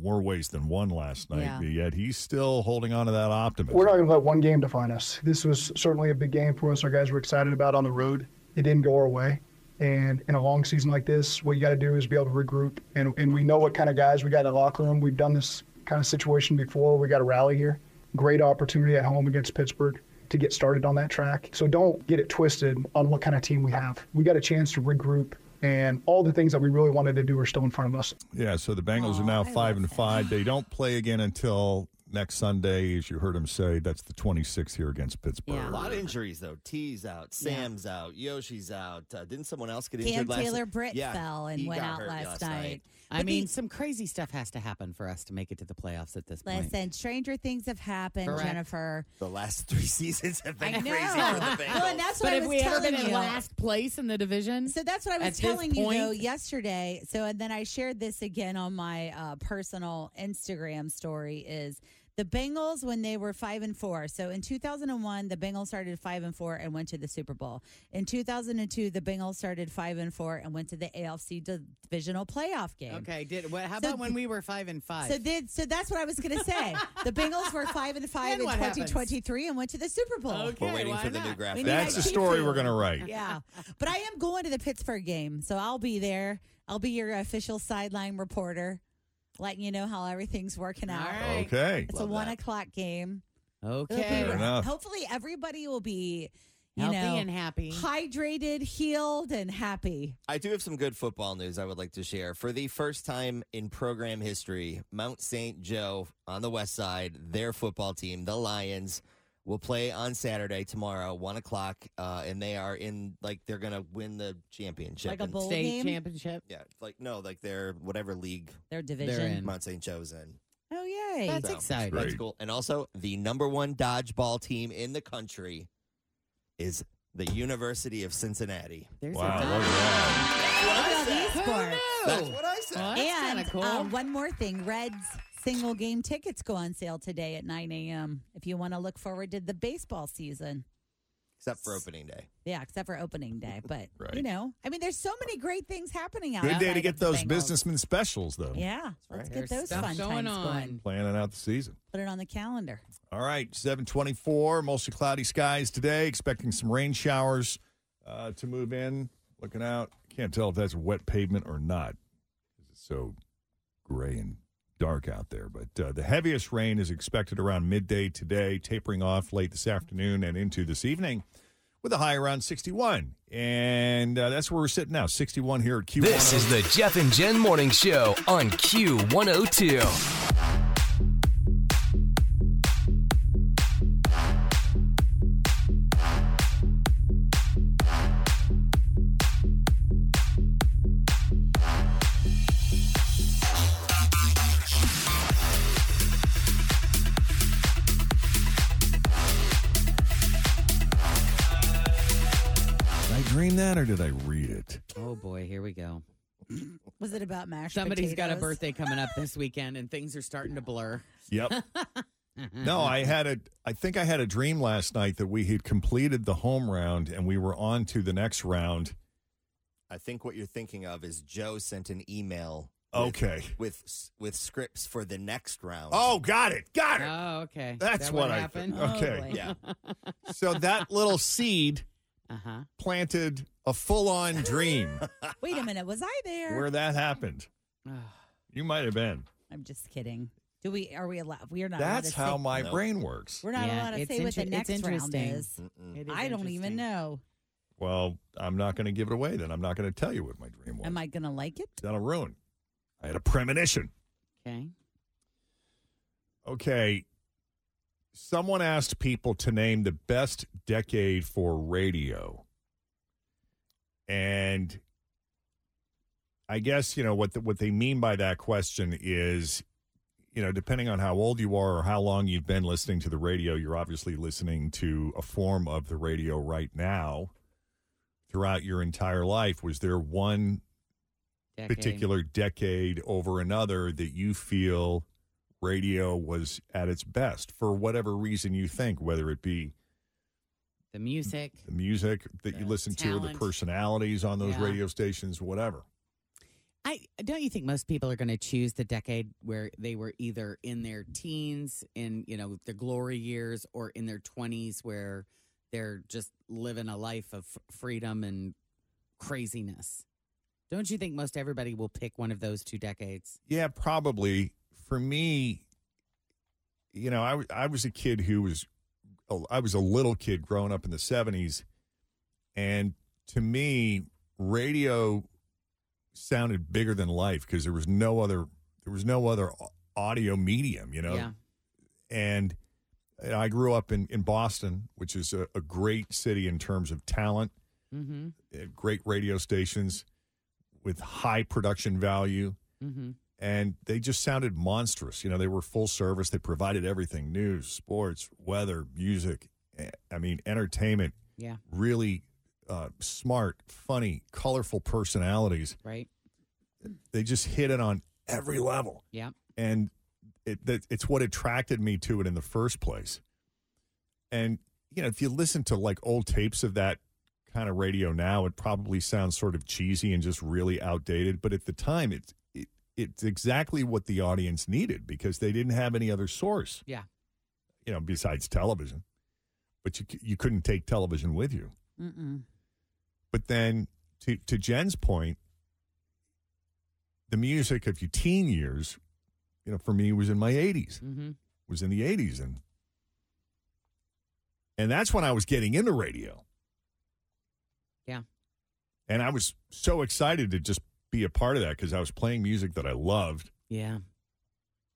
E: more ways than one last night.
N: Yeah.
E: but Yet he's still holding on to that optimism.
N: We're not going to let one game define us. This was certainly a big game for us. Our guys were excited about on the road. It didn't go our way. And in a long season like this, what you got to do is be able to regroup. And, and we know what kind of guys we got in the locker room. We've done this kind of situation before. We got to rally here. Great opportunity at home against Pittsburgh to get started on that track. So don't get it twisted on what kind of team we have. We got a chance to regroup. And all the things that we really wanted to do are still in front of us.
E: Yeah, so the Bengals are now five and five. They don't play again until next Sunday, as you heard him say. That's the twenty sixth here against Pittsburgh.
B: A lot of injuries though. T's out, Sam's out, Yoshi's out. Uh, didn't someone else get
D: Cam
B: injured last?
D: Taylor Britt
B: Yeah,
D: fell and
B: he
D: went
B: got
D: out
B: hurt
D: last, night.
C: I
D: But
C: mean,
D: the-
C: some crazy stuff has to happen for us to make it to the playoffs at this point.
D: listen, stranger things have happened,
C: Correct.
D: Jennifer.
B: The last three seasons have been crazy for the Bengals.
D: Well, and that's what
C: But
D: I
C: have
D: was
C: we ever
D: telling
C: been in
D: you.
C: last place in the division?
D: So that's what I
C: At
D: was
C: this
D: telling you though
C: point?
D: yesterday. So and then I shared this again on my uh, personal Instagram story is the Bengals when they were five and four. So in 2001, the Bengals started five and four and went to the Super Bowl. In 2002, the Bengals started five and four and went to the AFC divisional playoff game.
C: Okay, did well, how
D: So-
C: about when we were five and five?
D: So did so that's what I was going to say. the Bengals were five and five
C: Then
D: in
C: what happens?
D: 2023 and went to the Super Bowl.
E: Oh, We're waiting for the new
D: We
E: graphic.
D: need
E: That's
D: a
E: the story
D: keeper.
E: we're going to write.
D: Yeah, but I am going to the Pittsburgh game, so I'll be there. I'll be your official sideline reporter, letting you know how everything's working out.
E: right. Okay.
D: it's
E: Love
D: a one
E: that.
D: o'clock game. It'll
C: okay,
D: be- Hopefully, everybody will be you
C: Healthy
D: know
C: and happy.
D: hydrated, healed, and happy.
B: I do have some good football news I would like to share. For the first time in program history, Mount St. Joe on the west side, their football team, the Lions, will play on Saturday tomorrow, one o'clock, uh, and they are in like they're gonna win the championship,
D: Like a
B: And-
D: bowl
C: state
D: game?
C: championship.
B: Yeah, like no, like their whatever league
D: Their division. in.
B: Mount St. Joe's in.
D: Oh yay!
C: That's
B: So,
C: exciting.
B: That's
C: Great.
B: cool. And also, the number one dodgeball team in the country is the University of Cincinnati.
C: There's
E: Wow, look at
D: Who knew?
B: That's what I said.
C: that's
D: and
C: kinda cool.
D: uh, one more thing, Reds single game tickets go on sale today at 9 a.m. If you want to look forward to the baseball season.
B: Except for opening day.
D: Yeah, except for opening day. But
E: Right.
D: you know, I mean, there's so many great things happening out.
E: Good day
D: outside
E: to
D: of
E: get
D: the
E: those
D: Bengals.
E: businessman specials though.
D: Yeah, let's get those fun times going.
E: Planning out the season.
D: Put it on the calendar.
E: All right, 724, mostly cloudy skies today. Expecting some rain showers uh, to move in. Looking out, can't tell if that's wet pavement or not 'cause it's so gray and dark out there. But uh, the heaviest rain is expected around midday today, tapering off late this afternoon and into this evening with a high around 61. And uh, that's where we're sitting now 61 here at Q1.
A: This is the Jeff and Jen Morning Show on Q102.
E: Did I dream that or did I read it?
C: Oh boy, here we go.
D: Was it about mashed
C: Somebody's got a
D: potatoes?
C: birthday coming up this weekend, and things are starting to blur.
E: Yep. no, I had a. I think I had a dream last night that we had completed the home round and we were on to the next round.
B: I think what you're thinking of is Joe sent an email.
E: Okay.
B: With with, s- with scripts for the next round.
E: Oh, got it, got it.
C: Oh, okay.
E: That's
C: That
E: what
C: would
E: I.
C: happen?
D: Oh,
E: okay.
B: yeah.
E: So that little seed
C: Uh-huh.
E: planted a full-on dream
D: Wait a minute, was I there?
E: where that happened.
C: Ah.
E: You might have been.
D: I'm just kidding. Do we? Are we allowed? We are not. allowed
E: That's
D: to
E: how
D: say-
E: my brain works.
D: We're not
C: Yeah,
D: allowed to
C: it's
D: say what the
C: inter-
D: next
C: it's
D: round
C: interesting.
D: is.
C: It is
D: I don't even
C: interesting.
D: know.
E: Well, I'm not going to give it away. Then I'm not going to tell you what my dream was.
D: Am I gonna like it?
E: That'll ruin. I had a premonition.
C: Okay.
E: Okay. Someone asked people to name the best decade for radio. And I guess, you know, what the, what they mean by that question is, you know, depending on how old you are or how long you've been listening to the radio, you're obviously listening to a form of the radio right now throughout your entire life. Was there one
C: Decade.
E: particular decade over another that you feel radio was at its best for whatever reason you think, whether it be
C: The music.
E: the music that you listen to, or the
C: talent.
E: personalities on those
C: Yeah.
E: radio stations, whatever.
C: I don't you think most people are going to choose the decade where they were either in their teens, in you know the glory years, or in their twenties where they're just living a life of f- freedom and craziness. Don't you think most everybody will pick one of those two decades?
E: Yeah, probably. For me, you know, I, w- I was a kid who was, I was a little kid growing up in the 70s. And to me, radio sounded bigger than life because there was no other, there was no other au- audio medium, you know?
C: Yeah.
E: and I grew up in, in Boston, which is a, a great city in terms of talent,
C: Mm-hmm.
E: uh, great radio stations with high production value,
C: Mm-hmm.
E: and they just sounded monstrous. You know, they were full service, they provided everything news, sports, weather, music, eh, I mean, entertainment,
C: Yeah.
E: really uh, smart, funny, colorful personalities.
C: Right.
E: They just hit it on every level
C: Yeah.
E: and it, that, it's what attracted me to it in the first place. And you know, if you listen to like old tapes of that kind of radio now, it probably sounds sort of cheesy and just really outdated. But at the time, it's it, it's exactly what the audience needed because they didn't have any other source,
C: Yeah.
E: you know, besides television. But you c- you couldn't take television with you.
D: Mm-mm.
E: But then to to Jen's point, the music of your teen years, you know, for me was in my 80s.
C: Mm-hmm.
E: Was in the 80s and and that's when I was getting into radio.
C: Yeah.
E: And I was so excited to just be a part of that cuz I was playing music that I loved.
C: Yeah.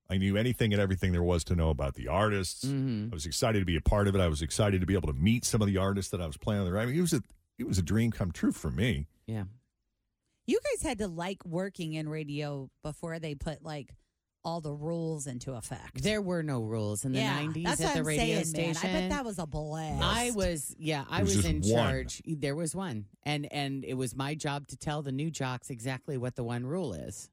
E: I knew anything and everything there was to know about the artists.
C: Mm-hmm.
E: I was excited to be a part of it. I was excited to be able to meet some of the artists that I was playing on the I mean, it was a it was a dream come true for me.
C: Yeah.
D: You guys had to like working in radio before they put like all the rules into effect.
C: There were no rules in the
D: yeah,
C: 90s
D: that's
C: at
D: what
C: the
D: I'm
C: radio
D: saying, man.
C: station.
D: I bet that was a blast.
C: I was, yeah, I
E: There
C: was,
E: was
C: in
E: just one.
C: charge. There was one, and and it was my job to tell the new jocks exactly what the one rule is.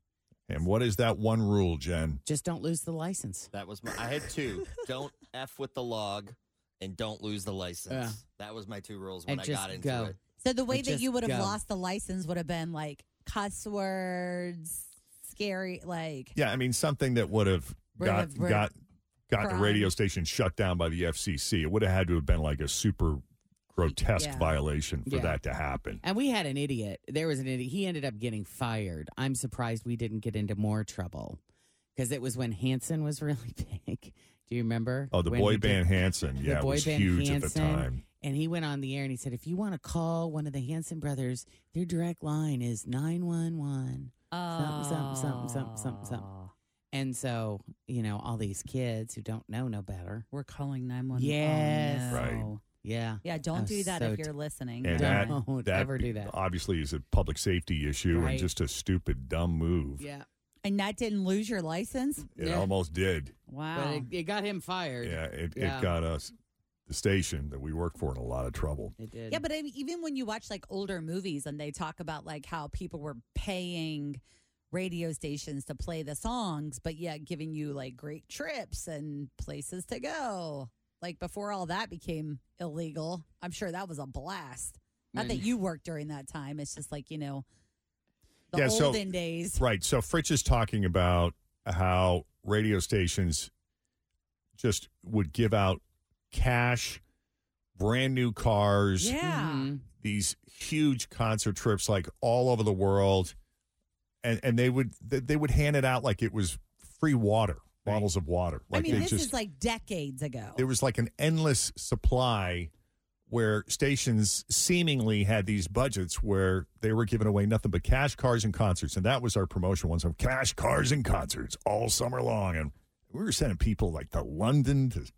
E: And what is that one rule, Jen?
C: Just don't lose the license.
B: That was my. I had two. don't f with the log, and don't lose the license.
C: Yeah.
B: That was my two rules when
C: And
B: I
C: just
B: got into
C: go.
B: it.
D: So the way
C: But
D: that
C: just
D: you would have
C: go.
D: lost the license would have been like cuss words, scary, like
E: Yeah, I mean something that would have
D: Would
E: got
D: have- would
E: got got the
D: crime.
E: radio station shut down by the FCC. It would have had to have been like a super grotesque
D: Yeah.
E: violation for
C: Yeah.
E: that to happen.
C: And we had an idiot. There was an idiot. He ended up getting fired. I'm surprised we didn't get into more trouble because it was when Hanson was really big. Do you remember?
E: Oh, the
C: When
E: boy
C: we did-
E: band Hanson,
C: the
E: yeah, it
C: boy
E: was
C: band
E: huge at the
C: Hanson.
E: time.
C: And he went on the air and he said, if you want to call one of the Hanson brothers, their direct line is 911.
D: oh,
C: something, something, something, something, something. And so, you know, all these kids who don't know no better.
D: We're calling nine one. oh,
C: Yes.
E: Right.
C: Yeah.
D: Yeah, don't
C: was
D: do that
C: so
D: if
C: t-
D: you're listening.
E: And
C: Don't
E: that, that
C: ever do that.
E: obviously is a public safety issue and
C: Right.
E: just a stupid dumb move.
C: Yeah.
D: And that didn't lose your license.
E: It
C: Yeah.
E: almost did.
D: Wow.
C: But it, it got him fired.
E: Yeah, it,
C: Yeah.
E: it got us. the station that we work for in a lot of trouble.
C: It did.
D: Yeah, but I mean, even when you watch like older movies and they talk about like how people were paying radio stations to play the songs, but yet giving you like great trips and places to go. Like before all that became illegal, I'm sure that was a blast. Not that
E: Mm.
D: you worked during that time. It's just like, you know, the
E: Yeah, so-
D: olden days.
E: Right. So Fritz is talking about how radio stations just would give out cash, brand new cars,
D: Yeah.
E: mm-hmm.
C: Mm-hmm.
D: Mhm.
E: these huge concert trips like all over the world, and and they would they they would hand it out like it was free water, bottles of water.
D: I mean,
E: they
D: this is like decades ago.
E: there was like an endless supply where stations seemingly had these budgets where they were giving away nothing but cash cars and concerts and that was our promotion one time cash cars and concerts all summer long and we were sending people like to london to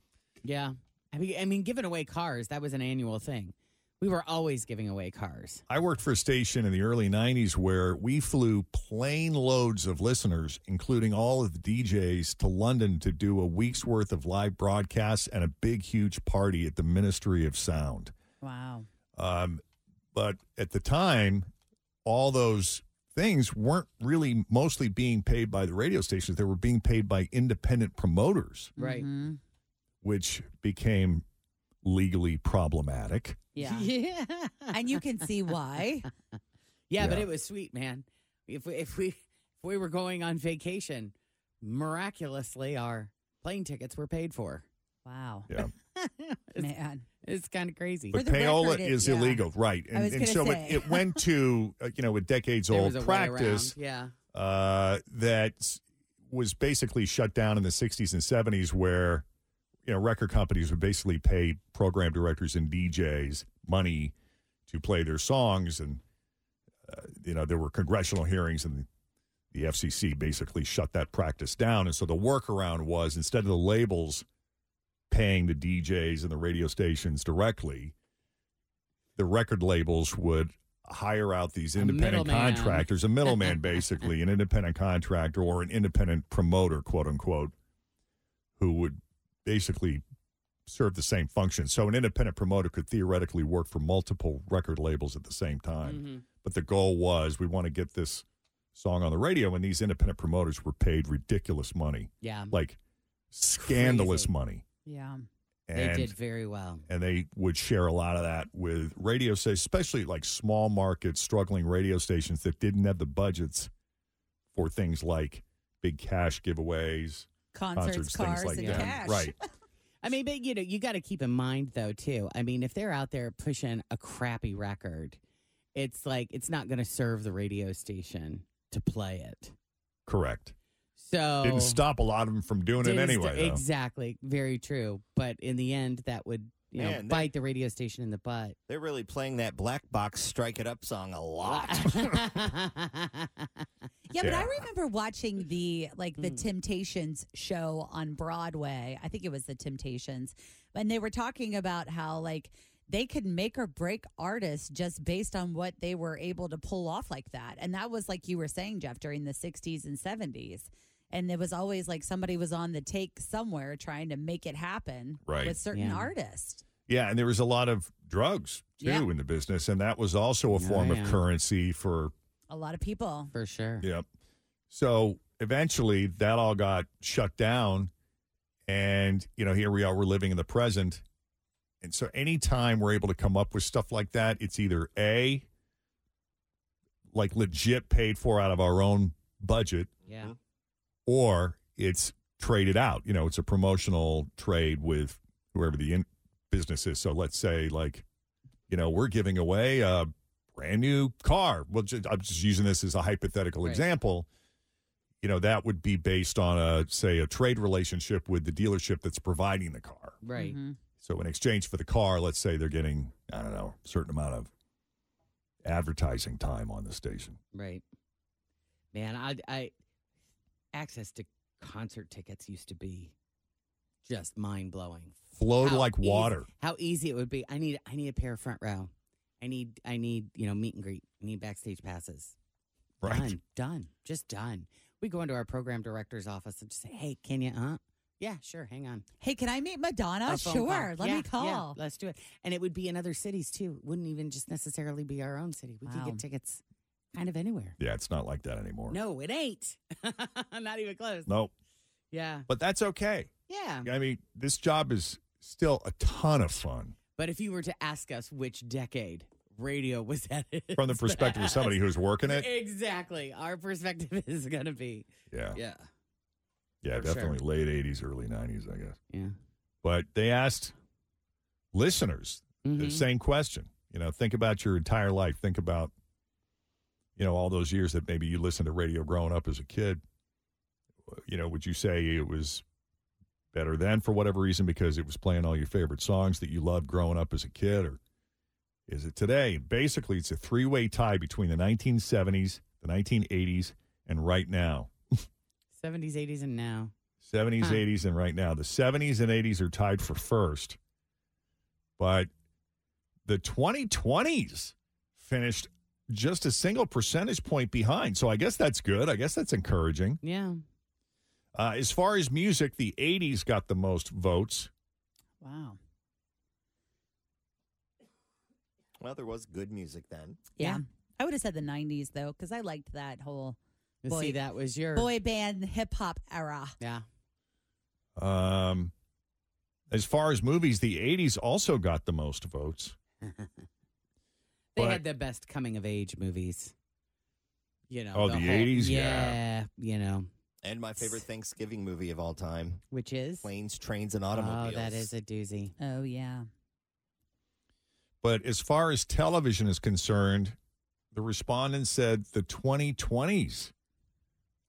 C: Yeah. I mean, I mean, giving away cars, that was an annual thing. We were always giving away cars.
E: i worked for a station in the early 90s where we flew plane loads of listeners including all of the djs to london to do a week's worth of live broadcasts and a big huge party at the ministry of sound
D: Wow.
E: Um, but at the time, all those things weren't really mostly being paid by the radio stations. They were being paid by independent promoters,
C: Right.
D: Mm-hmm.
E: which became legally problematic.
D: Yeah. and you can see why.
C: Yeah, but
E: Yeah.
C: it was sweet, man. If we, if we if we were going on vacation, miraculously our plane tickets were paid for.
D: Wow.
E: Yeah.
D: Man.
C: It's kind of crazy.
E: But payola is illegal, right?
C: I was
E: And, and
C: gonna
E: so
C: say.
E: it, it went to, uh, you know, a decades
C: There was
E: old
C: a way around,
E: practice
C: yeah.
E: uh, that s- was basically shut down in the 60s and 70s where, you know, record companies would basically pay program directors and DJs money to play their songs. And, uh, you know, there were congressional hearings and the, the FCC basically shut that practice down. And so the workaround was instead of the labels paying the DJs and the radio stations directly, the record labels would hire out these independent
M: middleman.
E: contractors, a middleman basically, an independent contractor or an independent promoter, quote unquote, who would basically serve the same function. So an independent promoter could theoretically work for multiple record labels at the same time.
C: Mm-hmm.
E: But the goal was we want to get this song on the radio, and these independent promoters were paid ridiculous money.
C: Yeah.
E: Like scandalous
C: Crazy.
E: money.
D: Yeah.
C: they
E: And-
C: did very well.
E: And they would share a lot of that with radio stations, especially like small markets, struggling radio stations that didn't have the budgets for things like big cash giveaways,
D: Concerts,
E: things
D: cars,
E: like
D: and
E: that.
D: cash.
E: Right.
C: I mean, but you know, you got to keep in mind though too. I mean, if they're out there pushing a crappy record, it's like it's not going to serve the radio station to play it.
E: Correct.
C: So
E: Didn't stop a lot of them from doing it
C: Oh. Didn't
E: anyway.
C: st-
E: though.
C: exactly, very true. But in the end, that would you know
B: Man, they-
C: bite the radio station in the butt.
B: They're really playing that Black Box Strike It Up song a lot.
D: Yeah, but
B: Yeah.
D: I remember watching the like
C: Hmm.
D: the Temptations show on Broadway. I think it was the Temptations. And they were talking about how like they could make or break artists just based on what they were able to pull off like that. And that was like you were saying, Jeff, during the 60s and 70s. And it was always like somebody was on the take somewhere trying to make it happen
E: Right.
D: with certain
E: Yeah.
D: artists.
E: Yeah, and there was a lot of drugs too
D: Yeah.
E: in the business, and that was also a form
D: yeah.
E: of currency for
D: A lot of people.
C: For sure.
E: Yep. So eventually, that all got shut down, and you know here we are, we're living in the present, and so anytime we're able to come up with stuff like that, it's either a like legit paid for out of our own budget,
C: Yeah.
B: Mm-hmm.
E: or it's traded out. You know, it's a promotional trade with whoever the in- business is. So let's say, like, you know, we're giving away a brand new car. Well, ju- I'm just using this as a hypothetical
M: Right.
E: example. You know, that would be based on a say a trade relationship with the dealership that's providing the car.
C: Right.
D: Mm-hmm.
E: So in exchange for the car, let's say they're getting I don't know a certain amount of advertising time on the station.
C: Right. Man, I, I access to concert tickets used to be just mind blowing.
E: Flowed
C: How
E: like
C: eas-
E: water.
C: how easy it would be. I need I need a pair of front row. I need I need, you know, meet and greet. I need backstage passes.
E: Right.
C: Done. Done. Just done. We go into our program director's office and just say, Hey, can you uh Yeah, sure. Hang on.
D: Hey, can I meet Madonna?
C: A phone
D: Oh, Sure.
C: call.
D: Let
C: Yeah,
D: me
C: yeah,
D: call.
C: let's do it. And it would be in other cities too. It wouldn't even just necessarily be our own city. We could
D: Wow.
C: get tickets kind of anywhere.
E: Yeah, it's not like that anymore.
C: No, it ain't. Not even close.
E: Nope.
C: Yeah.
E: But that's okay.
C: Yeah.
E: I mean, this job is still a ton of fun
C: But if you were to ask us which decade radio was at its
E: from the perspective of somebody who's working
C: best,
E: it.
C: exactly. Our perspective is going to be.
E: Yeah.
C: Yeah.
E: Yeah,
C: For sure.
E: definitely late 80s, early 90s, I guess.
C: Yeah.
E: But they asked listeners the
C: Mhm.
E: same question. You know, think about your entire life. Think about, you know, all those years that maybe you listened to radio growing up as a kid. You know, would you say it was better then for whatever reason because it was playing all your favorite songs that you loved growing up as a kid? Or is it today? Basically, it's a three way tie between the 1970s, the 1980s, and right now.
C: 70s, 80s, and now.
E: 70s,
C: Huh.
E: 80s, and right now. The 70s and 80s are tied for first, but the 2020s finished just a single percentage point behind. So I guess that's good. I guess that's encouraging.
C: Yeah.
E: Uh, as far as music, the 80s got the most votes.
D: Wow.
B: Well, there was good music then.
D: Yeah. I would have said the 90s, though, because I liked that whole
C: You
D: boy,
C: See, that was your.
D: boy band hip hop era.
C: Yeah.
E: Um, as far as movies, the 80s also got the most votes.
C: They
E: But-
C: had the best coming of age movies. You know.
E: Oh, the 80s?
C: Yeah. You know,
B: And my favorite Thanksgiving movie of all time
C: which is.
B: Planes, Trains, and
C: Oh,
B: Automobiles.
C: that is a doozy.
D: Oh, yeah.
E: But as far as television is concerned, the respondents said the 2020s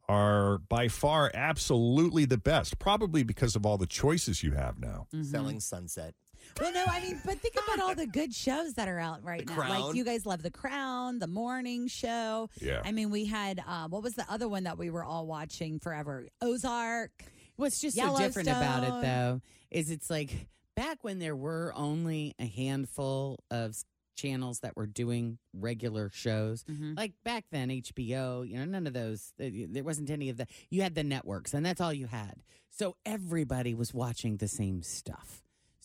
E: are by far absolutely the best, probably because of all the choices you have now.
D: Mm-hmm.
C: mm-hmm.
B: Selling Sunset.
D: Well, no, I mean, but think about all the good shows that are out right
B: The
D: now. Like
B: Crown.
D: you guys love The Crown, The Morning Show.
E: Yeah.
D: I mean, we had uh, what was the other one that we were all watching forever? Ozark.
C: What's just so different about it,
D: Yellowstone.
C: though, is it's like back when there were only a handful of s- channels that were doing regular shows.
D: Mm-hmm.
C: Like back then, HBO, you know, none of those, uh, y- there wasn't any of that. You had the networks, and that's all you had. So everybody was watching the same stuff.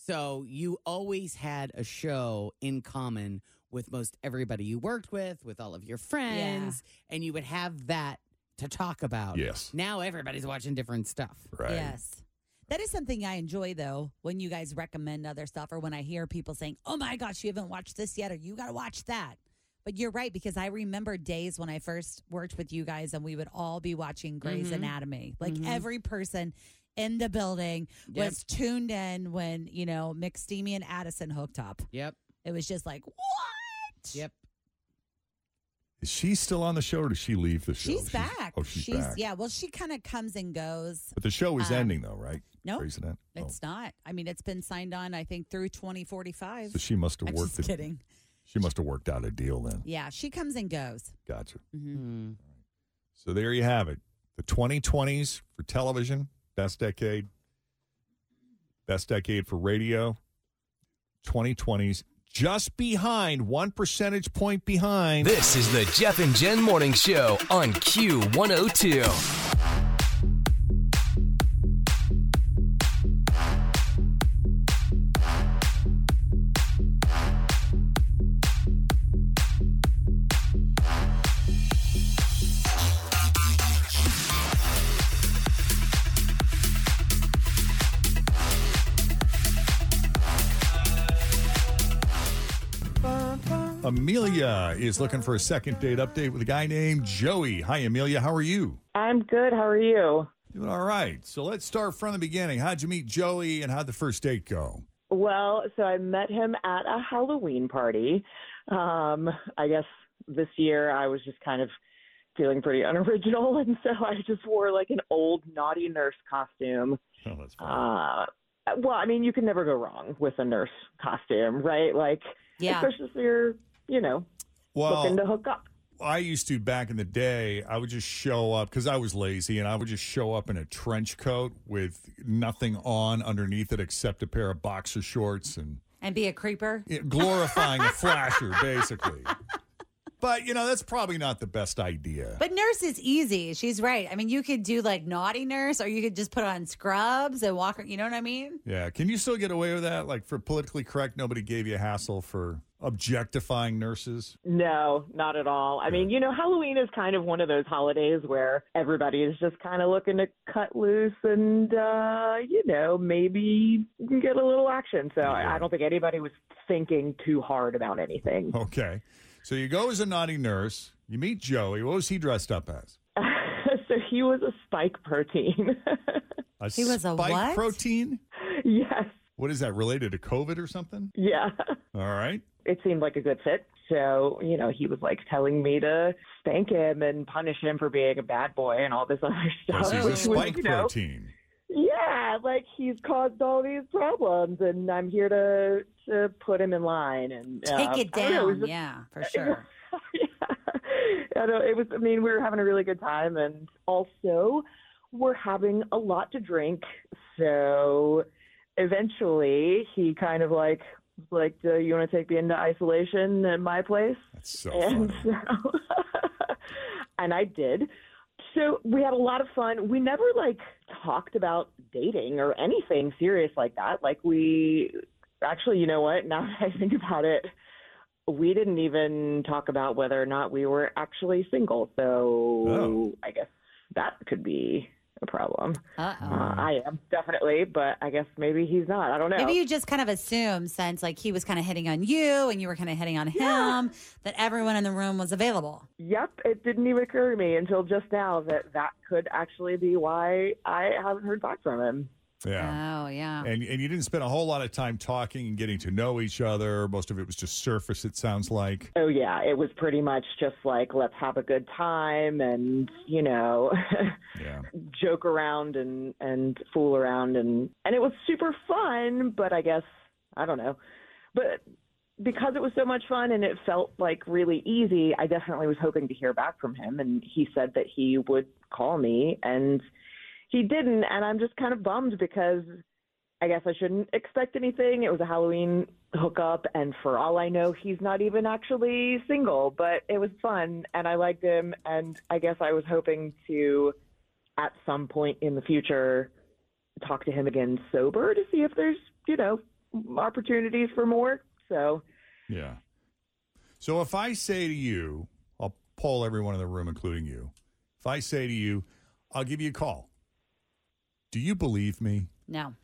C: So you always had a show in common with most everybody you worked with, with all of your friends, and you would have that to talk about.
E: Yes.
C: Now everybody's watching different stuff.
E: Right.
D: Yes. That is something I enjoy though when you guys recommend other stuff or when I hear people saying, "Oh my gosh, you haven't watched this yet or you got to watch that." But you're right because I remember days when I first worked with you guys and we would all be watching Grey's
H: Mhm.
D: Anatomy. Like
H: Mhm.
D: every person in the building
H: Yep.
D: was tuned in when, you know, McSteamy and Addison hooked up.
C: Yep.
D: It was just like, "What?"
C: Yep.
E: Is she still on the show or does she leave the show?
D: She's back.
E: Oh, she's, back.
D: yeah, well she kind of comes and goes.
E: But the show is
D: Um,
E: ending though, right?
D: no.
E: Grey's Anat- oh.
D: It's not. I mean, it's been signed on I think through 2045.
E: Oh, So she must have
D: I'm
E: worked
D: just
E: it-
D: kidding.
E: She must have worked out a deal then.
D: Yeah, she comes and goes.
E: Gotcha. So there you have it. The 2020s for television, best decade. Best decade for radio, 2020s, just behind one percentage point behind.
A: This is the Jeff and Jen Morning Show on Q102.
E: Amelia is looking for a second date update with a guy named Joey. Hi, Amelia. How are you?
J: I'm good. How are you?
E: Doing all right. So let's start from the beginning. How'd you meet Joey and how'd the first date go?
J: Well, so I met him at a Halloween party. Um, I guess this year I was just kind of feeling pretty unoriginal, and so I just wore like an old naughty nurse costume.
E: Oh, that's
J: Uh, well, I mean, you can never go wrong with a nurse costume, right? Like,
D: Yeah.
J: especially if you're, you know,
E: Well-
J: looking to hook up.
E: I used to back in the day, I would just show up because I was lazy and I would just show up in a trench coat with nothing on underneath it except a pair of boxer shorts and
D: And be a creeper.
E: glorifying a flasher, basically. But, you know, that's probably not the best idea.
D: But nurse is easy. She's right. I mean, you could do like naughty nurse, or you could just put on scrubs and walk. You know what I mean?
E: Yeah. Can you still get away with that? Like, for politically correct, nobody gave you a hassle for objectifying nurses.
J: No, not at all. I mean, you know, Halloween is kind of one of those holidays where everybody is just kind of looking to cut loose and, uh, you know, maybe you can get a little action. So I I don't think anybody was thinking too hard about anything.
E: Okay. So you go as a naughty nurse, you meet Joey. What was he dressed up as?
J: so he was a spike protein.
E: A
J: He was a
E: spike
J: what?
E: protein?
J: yes.
E: What is that related to COVID or something?
J: Yeah.
E: All right.
J: It seemed like a good fit. So, you know, he was like telling me to spank him and punish him for being a bad boy and all this other stuff.
B: Oh.
E: Because he's a
J: which was,
E: spike
J: you know,
E: protein.
J: Yeah, like he's caused all these problems, and I'm here to to put him in line and uh,
D: Take it
J: I don't know, it
D: down.
J: was just-
D: yeah, for sure.
J: I don't, it was. I mean, we were having a really good time, and also we're having a lot to drink. So eventually, he kind of like was like, "Do you want to take me into isolation at my place?" That's
E: so
J: and So, and I did. So we had a lot of fun. We never like talked about dating or anything serious like that. Like we actually, you know what? Now that I think about it, we didn't even talk about whether or not we were actually single. So
E: Oh,
J: I guess that could be a problem.
D: Uh-oh.
J: Uh, I am definitely, but I guess maybe he's not. I don't know.
D: Maybe you just kind of assume since like he was kind of hitting on you and you were kind of hitting on him that everyone in the room was available.
J: Yep, it didn't even occur to me until just now that that could actually be why I haven't heard back from him.
E: Yeah.
D: Oh yeah.
E: And, and you didn't spend a whole lot of time talking and getting to know each other. Most of it was just surface, it sounds like.
J: Oh yeah, it was pretty much just like let's have a good time and you know, joke around and and fool around and and it was super fun. But I guess I don't know, but because it was so much fun and it felt like really easy, I definitely was hoping to hear back from him. And he said that he would call me, and he didn't. And I'm just kind of bummed because I guess I shouldn't expect anything. It was a Halloween hookup, and for all I know, he's not even actually single, but it was fun, and I liked him. And I guess I was hoping to, at some point in the future, talk to him again sober to see if there's, you know, opportunities for more. So,
E: Yeah. So if I say to you, I'll poll everyone in the room, including you. If I say to you, I'll give you a call. Do you believe me?
D: No,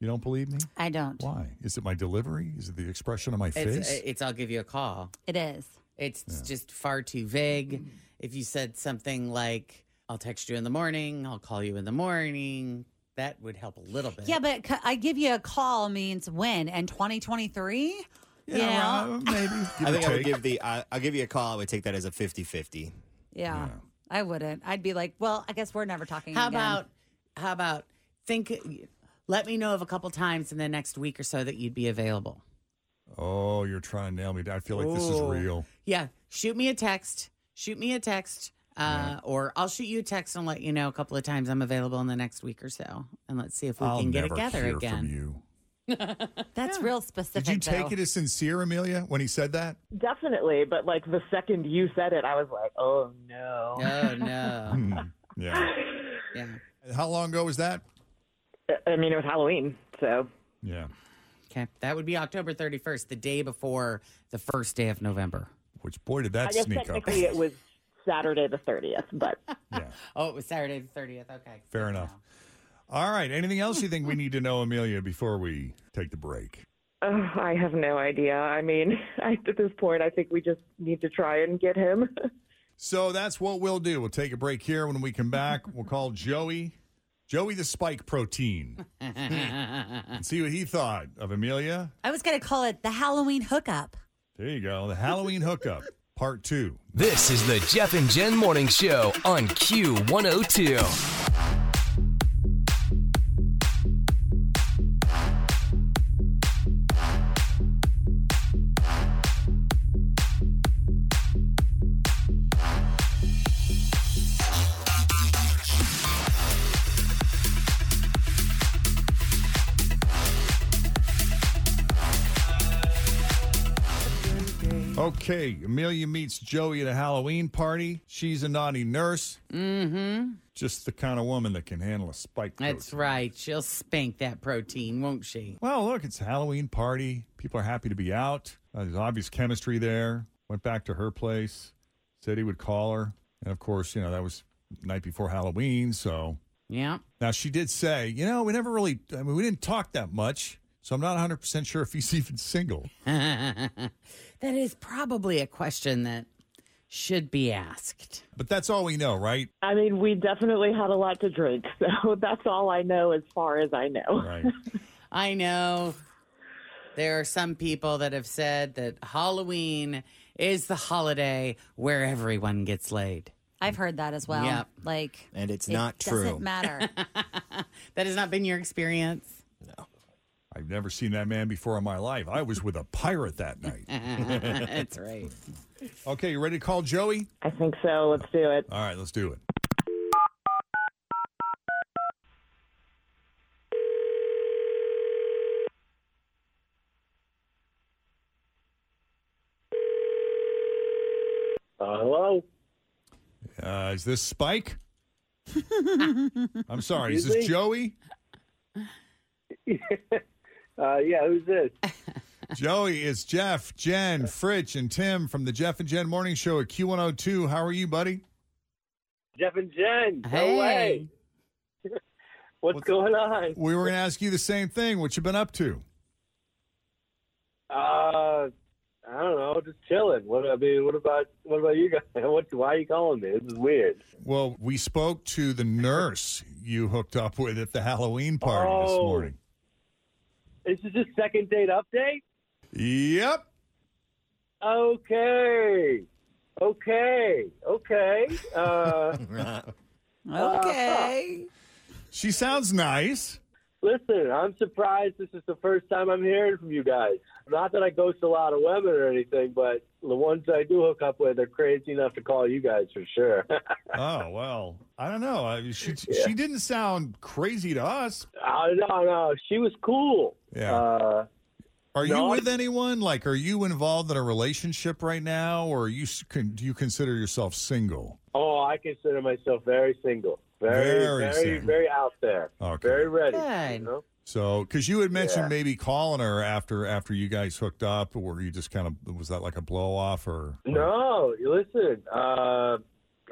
E: You don't believe me?
D: I don't.
E: Why? Is it my delivery? Is it the expression on my
C: It's, uh,
E: face?
C: it's I'll give you a call.
D: It is.
C: It's just far too vague. If you said something like, I'll text you in the morning, I'll call you in the morning, that would help a little bit.
D: Yeah, but c- I give you a call means when and 2023. Yeah,
E: maybe.
B: I think I would
D: take.
B: give the I, I'll give you a call. I would take that as a 50-50.
D: Yeah, I wouldn't. I'd be like, well, I guess we're never talking.
C: How
D: again.
C: about how about think let me know of a couple times in the next week or so that you'd be available.
E: oh, you're trying to nail me. down. I feel like this is
C: Ooh.
E: real.
C: Yeah, shoot me a text. Shoot me a text. Uh, Or I'll shoot you a text and let you know a couple of times I'm available in the next week or so, and let's see if we
E: I'll
C: can get
E: never
C: together
E: hear
C: again.
E: from you.
D: That's real specific.
E: Did you take
D: though.
E: it as sincere, Amelia, when he said that?
J: definitely. But like the second you said it, I was like, oh no.
C: No, no.
E: Hmm. yeah.
C: Yeah.
E: How long ago was that?
J: I- I mean, it was Halloween, so.
E: Yeah.
C: Okay, that would be October 31st, the day before the first day of November.
E: Which boy did
J: I guess technically it was Saturday the 30th, but
C: Oh, it was Saturday the 30th. Okay.
E: Fair enough. All right. Anything else you think we need to know, Amelia, before we take the break?
J: Oh, I have no idea. I mean, I, at this point, I think we just need to try and get him.
E: So that's what we'll do. We'll take a break here. When we come back, we'll call Joey, Joey the Spike Protein, and see what he thought of Amelia.
D: I was going to call it the Halloween hookup.
E: There you go. The Halloween hookup, part two.
A: This is the Jeff and Jen Morning Show on Q102.
E: Okay, Amelia meets Joey at a Halloween party. She's a naughty nurse.
C: Mm-hmm.
E: Just the kind of woman that can handle a spike. protein.
C: That's right. She'll spank that protein, won't she?
E: Well, look, it's a Halloween party. People are happy to be out. Uh, there's obvious chemistry there. Went back to her place. Said he would call her. And of course, you know, that was night before Halloween, so
C: Yeah.
E: Now, she did say, you know, we never really, I mean, we didn't talk that much, so I'm not 100% sure if he's even single.
C: that is probably a question that should be asked.
E: But that's all we know, right?
J: I mean, we definitely had a lot to drink, so that's all I know as far as I know.
E: Right.
C: I know there are some people that have said that Halloween is the holiday where everyone gets laid.
D: I've heard that as well.
C: Yep.
D: Like
B: And it's
D: it
B: not true.
D: Doesn't matter.
C: That has not been your experience.
E: I've never seen that man before in my life. I was with a pirate that night.
C: That's right.
E: Okay, you ready to call Joey?
J: I think so. Let's do it.
E: All right, let's do it.
M: Uh, hello.
E: Uh, is this Spike? I'm sorry, is
M: Excuse
E: this
M: me?
E: Joey?
M: Uh, yeah, who's this?
E: Joey, it's Jeff, Jen, Fritch, and Tim from the Jeff and Jen Morning Show at Q102. How are you, buddy?
M: Jeff and Jen. No way. What's going on?
E: We were going to ask you the same thing. What you been up to?
M: Uh, I don't know. Just chilling. What I mean, what about what about you guys? What? Why are you calling me? This is weird.
E: Well, we spoke to the nurse you hooked up with at the Halloween party this
M: Oh.
E: morning.
M: This is just second date update.
E: Yep.
M: Okay. Okay. Okay. Uh,
D: okay.
E: She sounds nice.
M: Listen, I'm surprised this is the first time I'm hearing from you guys. Not that I ghost a lot of women or anything, but the ones I do hook up with are crazy enough to call you guys for sure.
E: Oh, well, I don't know. I- She, she didn't sound crazy to us.
M: Oh, no, no. She was cool.
E: Yeah.
M: Uh,
E: Are you
M: no, I-
E: with anyone? Like, are you involved in a relationship right now, or are you s- con- do you consider yourself single?
M: Oh, I consider myself very single. Very,
E: Very
M: very, very,
E: single.
M: out there.
E: Okay.
M: Very ready.
C: Good.
M: You know?
E: So, because you had mentioned
M: Yeah.
E: maybe calling her after after you guys hooked up, or you just kind of was that like a blow off, or
M: No, you listen. Uh,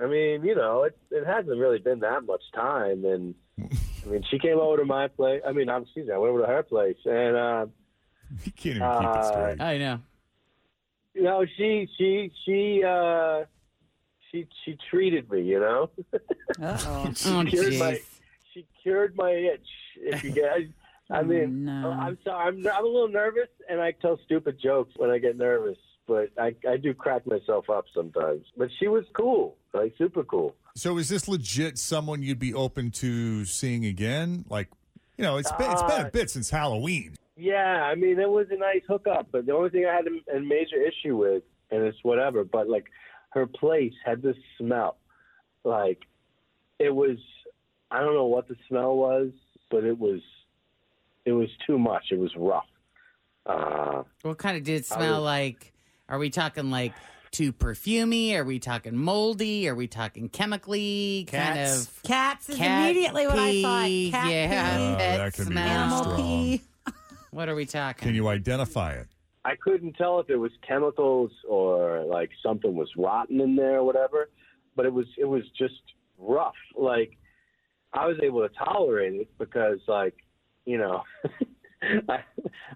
M: I mean, you know, it, it hasn't really been that much time, and I mean, she came over to my place. I mean, I'm, excuse me, I went over to her place, and uh,
E: you can't even keep it
M: Uh,
E: straight?
C: I know.
M: you know, she, she, she, uh, she, she treated me. You know,
D: Uh-oh.
C: Oh,
M: She cured my, she cured my itch. If you guys, I mean,
D: no.
M: I'm sorry, I'm, I'm a little nervous, and I tell stupid jokes when I get nervous, but I, I do crack myself up sometimes. But she was cool, like super cool.
E: So is this legit someone you'd be open to seeing again? Like, you know, it's been, it's been a
M: Uh,
E: bit since Halloween.
M: Yeah, I mean, it was a nice hookup, but the only thing I had a, a major issue with, and it's whatever, but like her place had this smell. Like, it was, I don't know what the smell was, but it was, it was too much. It was rough. Uh,
C: What kind of did it smell like? Are we talking like too perfumey? Are we talking moldy? Are we talking chemically? Kind
B: Cats.
C: of
D: Cats is
C: cat
D: immediately what I
C: pee,
D: thought. Cat
C: yeah,
D: pee,
E: Oh,
C: pet
E: that can be
C: smell.
E: really
D: animal
E: strong.
D: pee.
C: What are we talking?
E: Can you identify it?
M: I couldn't tell if it was chemicals or like something was rotten in there or whatever, but it was it was just rough. Like I was able to tolerate it because like you know I,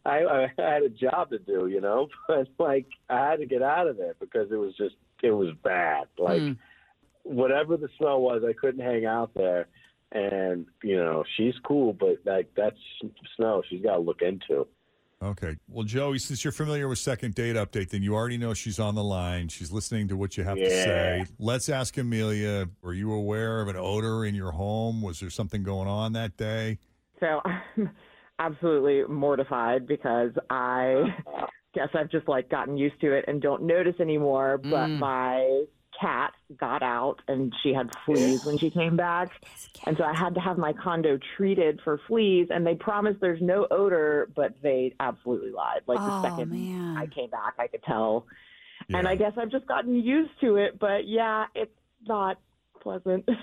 M: I I had a job to do, you know, but like I had to get out of there because it was just it was bad. Like
C: Hmm.
M: whatever the smell was, I couldn't hang out there. And you know she's cool, but like that s- smell, she's got to look into.
E: Okay. Well, Joey, since you're familiar with Second Date Update, then you already know she's on the line. She's listening to what you have to
M: Yeah.
E: say. Let's ask Amelia, were you aware of an odor in your home? Was there something going on that day?
J: So I'm absolutely mortified because I guess I've just like gotten used to it and don't notice anymore. But
C: Mm.
J: my cat got out and she had fleas when she came back. And so I had to have my condo treated for fleas. And they promised there's no odor, but they absolutely lied. Like the
D: Oh,
J: second
D: man.
J: I came back, I could tell. And I guess I've just gotten used to it, but yeah, it's not pleasant.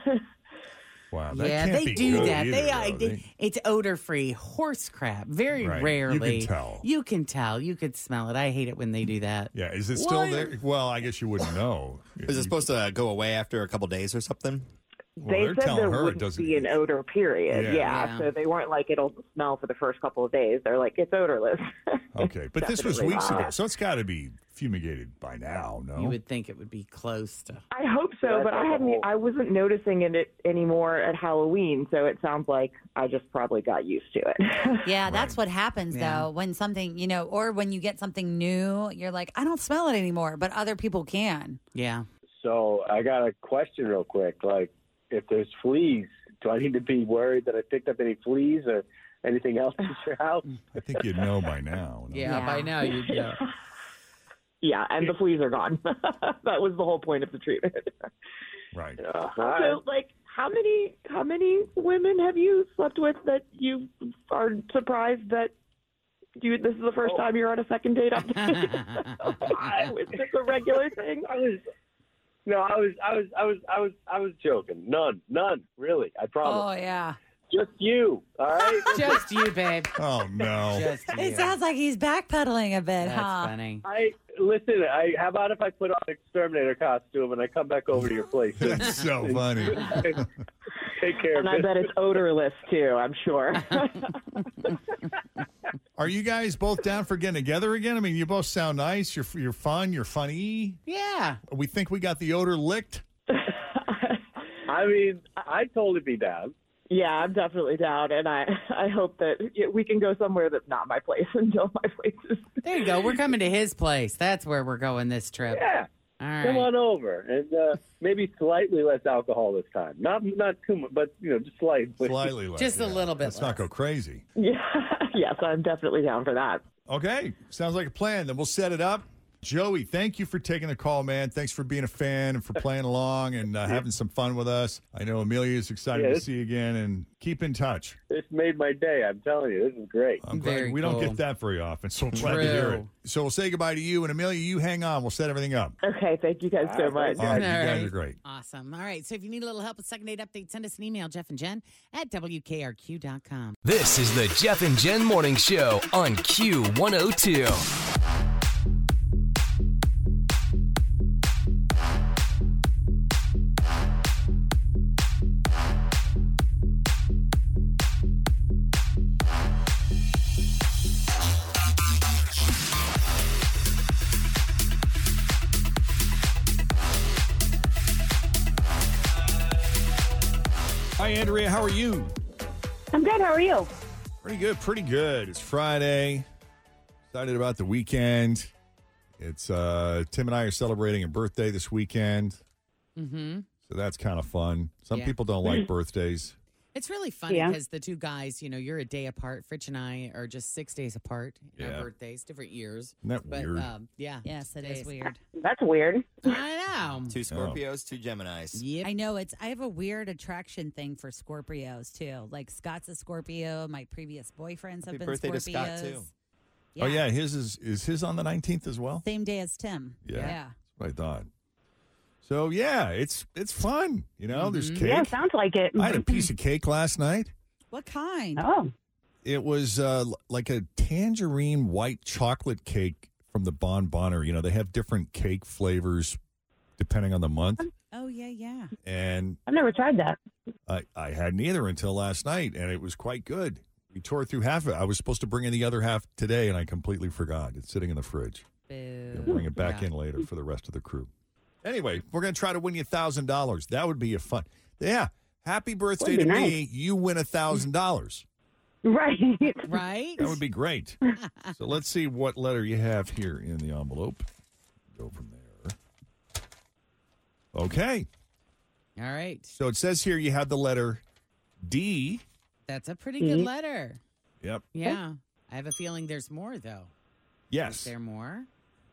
E: Wow.
C: yeah, they do that. they, I, they- it's odor free horse crap. Very
E: Right. You can
C: rarely.
E: tell.
C: You can tell. You could smell it. I hate it when they do that.
E: Yeah, is it still there? Well, I guess you wouldn't know.
B: Is it supposed to go away after a couple days or something?
J: they said there wouldn't be an odor period.
B: Yeah.
J: Yeah.
B: Yeah.
J: So they weren't like it'll smell for the first couple of days. They're like it's odorless.
E: Okay, but this was
J: Definitely
E: weeks
J: not.
E: ago, so it's got to be fumigated by now. No,
C: You would think it would be close to.
J: I hope so,
C: Yeah,
J: but
C: that's
J: I
C: like a
J: hadn't.
C: whole-
J: I wasn't noticing it at- anymore at Halloween, so it sounds like I just probably got used to it.
D: Yeah, that's what happens though when something, you know, or when you get something new, you're like, I don't smell it anymore, but other people can.
C: Yeah.
M: So I got a question real quick. Like, if there's fleas, do I need to be worried that I picked up any fleas or anything else at your house?
E: I think you'd know by now.
C: Yeah, by now you'd know.
J: yeah, and the fleas are gone. that was the whole point of the treatment.
E: Right.
M: Uh-huh.
J: Also, like, how many how many women have you slept with that you are surprised that you this is the first time you're on a second date? I was just a regular thing.
M: I was no, I was, I was, I was, I was, I was joking. None, none, really. I promise.
D: Oh yeah.
M: Just you, all right?
C: Just you, babe.
E: Oh no.
D: It sounds like he's backpedaling a bit, huh?
M: I listen. I how about if I put on exterminator costume and I come back over to your place?
E: That's so funny.
M: Take care.
J: And
M: of
J: I bet it's odorless too. I'm sure.
E: Are you guys both down for getting together again? I mean, you both sound nice. You're you're fun. You're funny.
C: Yeah.
E: We think we got the odor licked.
M: I mean, I'd totally be down.
J: Yeah, I'm definitely down, and I I hope that y- we can go somewhere that's not my place until my place is.
C: There you go. We're coming to his place. That's where we're going this trip.
M: Yeah.
C: All right.
M: Come on over, and uh, maybe slightly less alcohol this time. Not not too much, but you know, just slightly.
E: Slightly less, Just a yeah. little bit Let's not go crazy.
J: Yeah, yes, I'm definitely down for that.
E: Okay, sounds like a plan. Then we'll set it up. Joey, thank you for taking the call, man. Thanks for being a fan and for playing along and uh, having some fun with us. I know Amelia is excited
M: Yeah,
E: to
M: this-
E: see you again, and keep in touch.
M: This made my day. I'm telling you, this is great.
E: I'm glad we don't get that very often, so I'm glad to hear it.
M: True.
E: So we'll say goodbye to you, and Amelia, you hang on. We'll set everything up.
J: Okay, thank you guys so much.
E: All right, you guys are great.
C: Awesome. All right. So if you need a little help with second date updates, send us an email, Jeff and Jen at WKRQ.com.
A: This is the Jeff and Jen Morning Show on Q102.
E: Hi, Andrea. How are you?
O: I'm good. How are you?
E: Pretty good. Pretty good. It's Friday. Excited about the weekend. It's uh Tim and I are celebrating a birthday this weekend,
C: Mm-hmm.
E: so that's kind of fun. Some
C: Yeah.
E: people don't like birthdays.
C: It's really funny
O: Yeah.
C: because the two guys, you know, you're a day apart. Fritch and I are just six days apart in
E: Yeah.
C: our birthdays, different years.
E: Isn't that
C: but
E: weird?
C: Um, yeah.
D: Yes, it is
C: Days.
D: weird.
J: That's weird.
C: I know.
B: Two Scorpios, two Geminis.
C: Yep.
D: I know it's I have a weird attraction thing for Scorpios too. Like Scott's a Scorpio, my previous boyfriends have
B: Happy
D: been
B: birthday
D: Scorpios.
B: to Scott, too.
E: Oh yeah, his is is his on the nineteenth as well.
D: Same day as Tim.
E: Yeah.
D: yeah.
E: That's what I thought. So yeah, it's it's fun. You know, there's
C: Mm-hmm.
E: cake.
O: Yeah, sounds like it.
E: I had a piece of cake last night.
D: What kind?
O: Oh,
E: It was uh, l- like a tangerine white chocolate cake from the Bon Bonner. You know, they have different cake flavors depending on the month.
D: Oh yeah, yeah.
E: And
O: I've never tried that.
E: I, I hadn't either until last night, and it was quite good. We tore through half of it. I was supposed to bring in the other half today, and I completely forgot. It's sitting in the fridge. Gonna Bring it back in later for the rest of the crew. Anyway, we're going to try to win you thousand dollars. That would be a fun. Yeah, happy
O: Would
E: birthday
O: be
E: to me.
O: nice.
E: You win a thousand dollars.
O: Right.
C: Right?
E: That would be great. so let's see what letter you have here in the envelope. Go from there. Okay.
C: All right.
E: So it says here you have the letter D.
C: That's a pretty
D: Mm-hmm.
C: good
E: Mhm.
C: letter.
E: Yep.
C: Yeah. I have a feeling there's more, though.
E: Yes.
C: Is there more?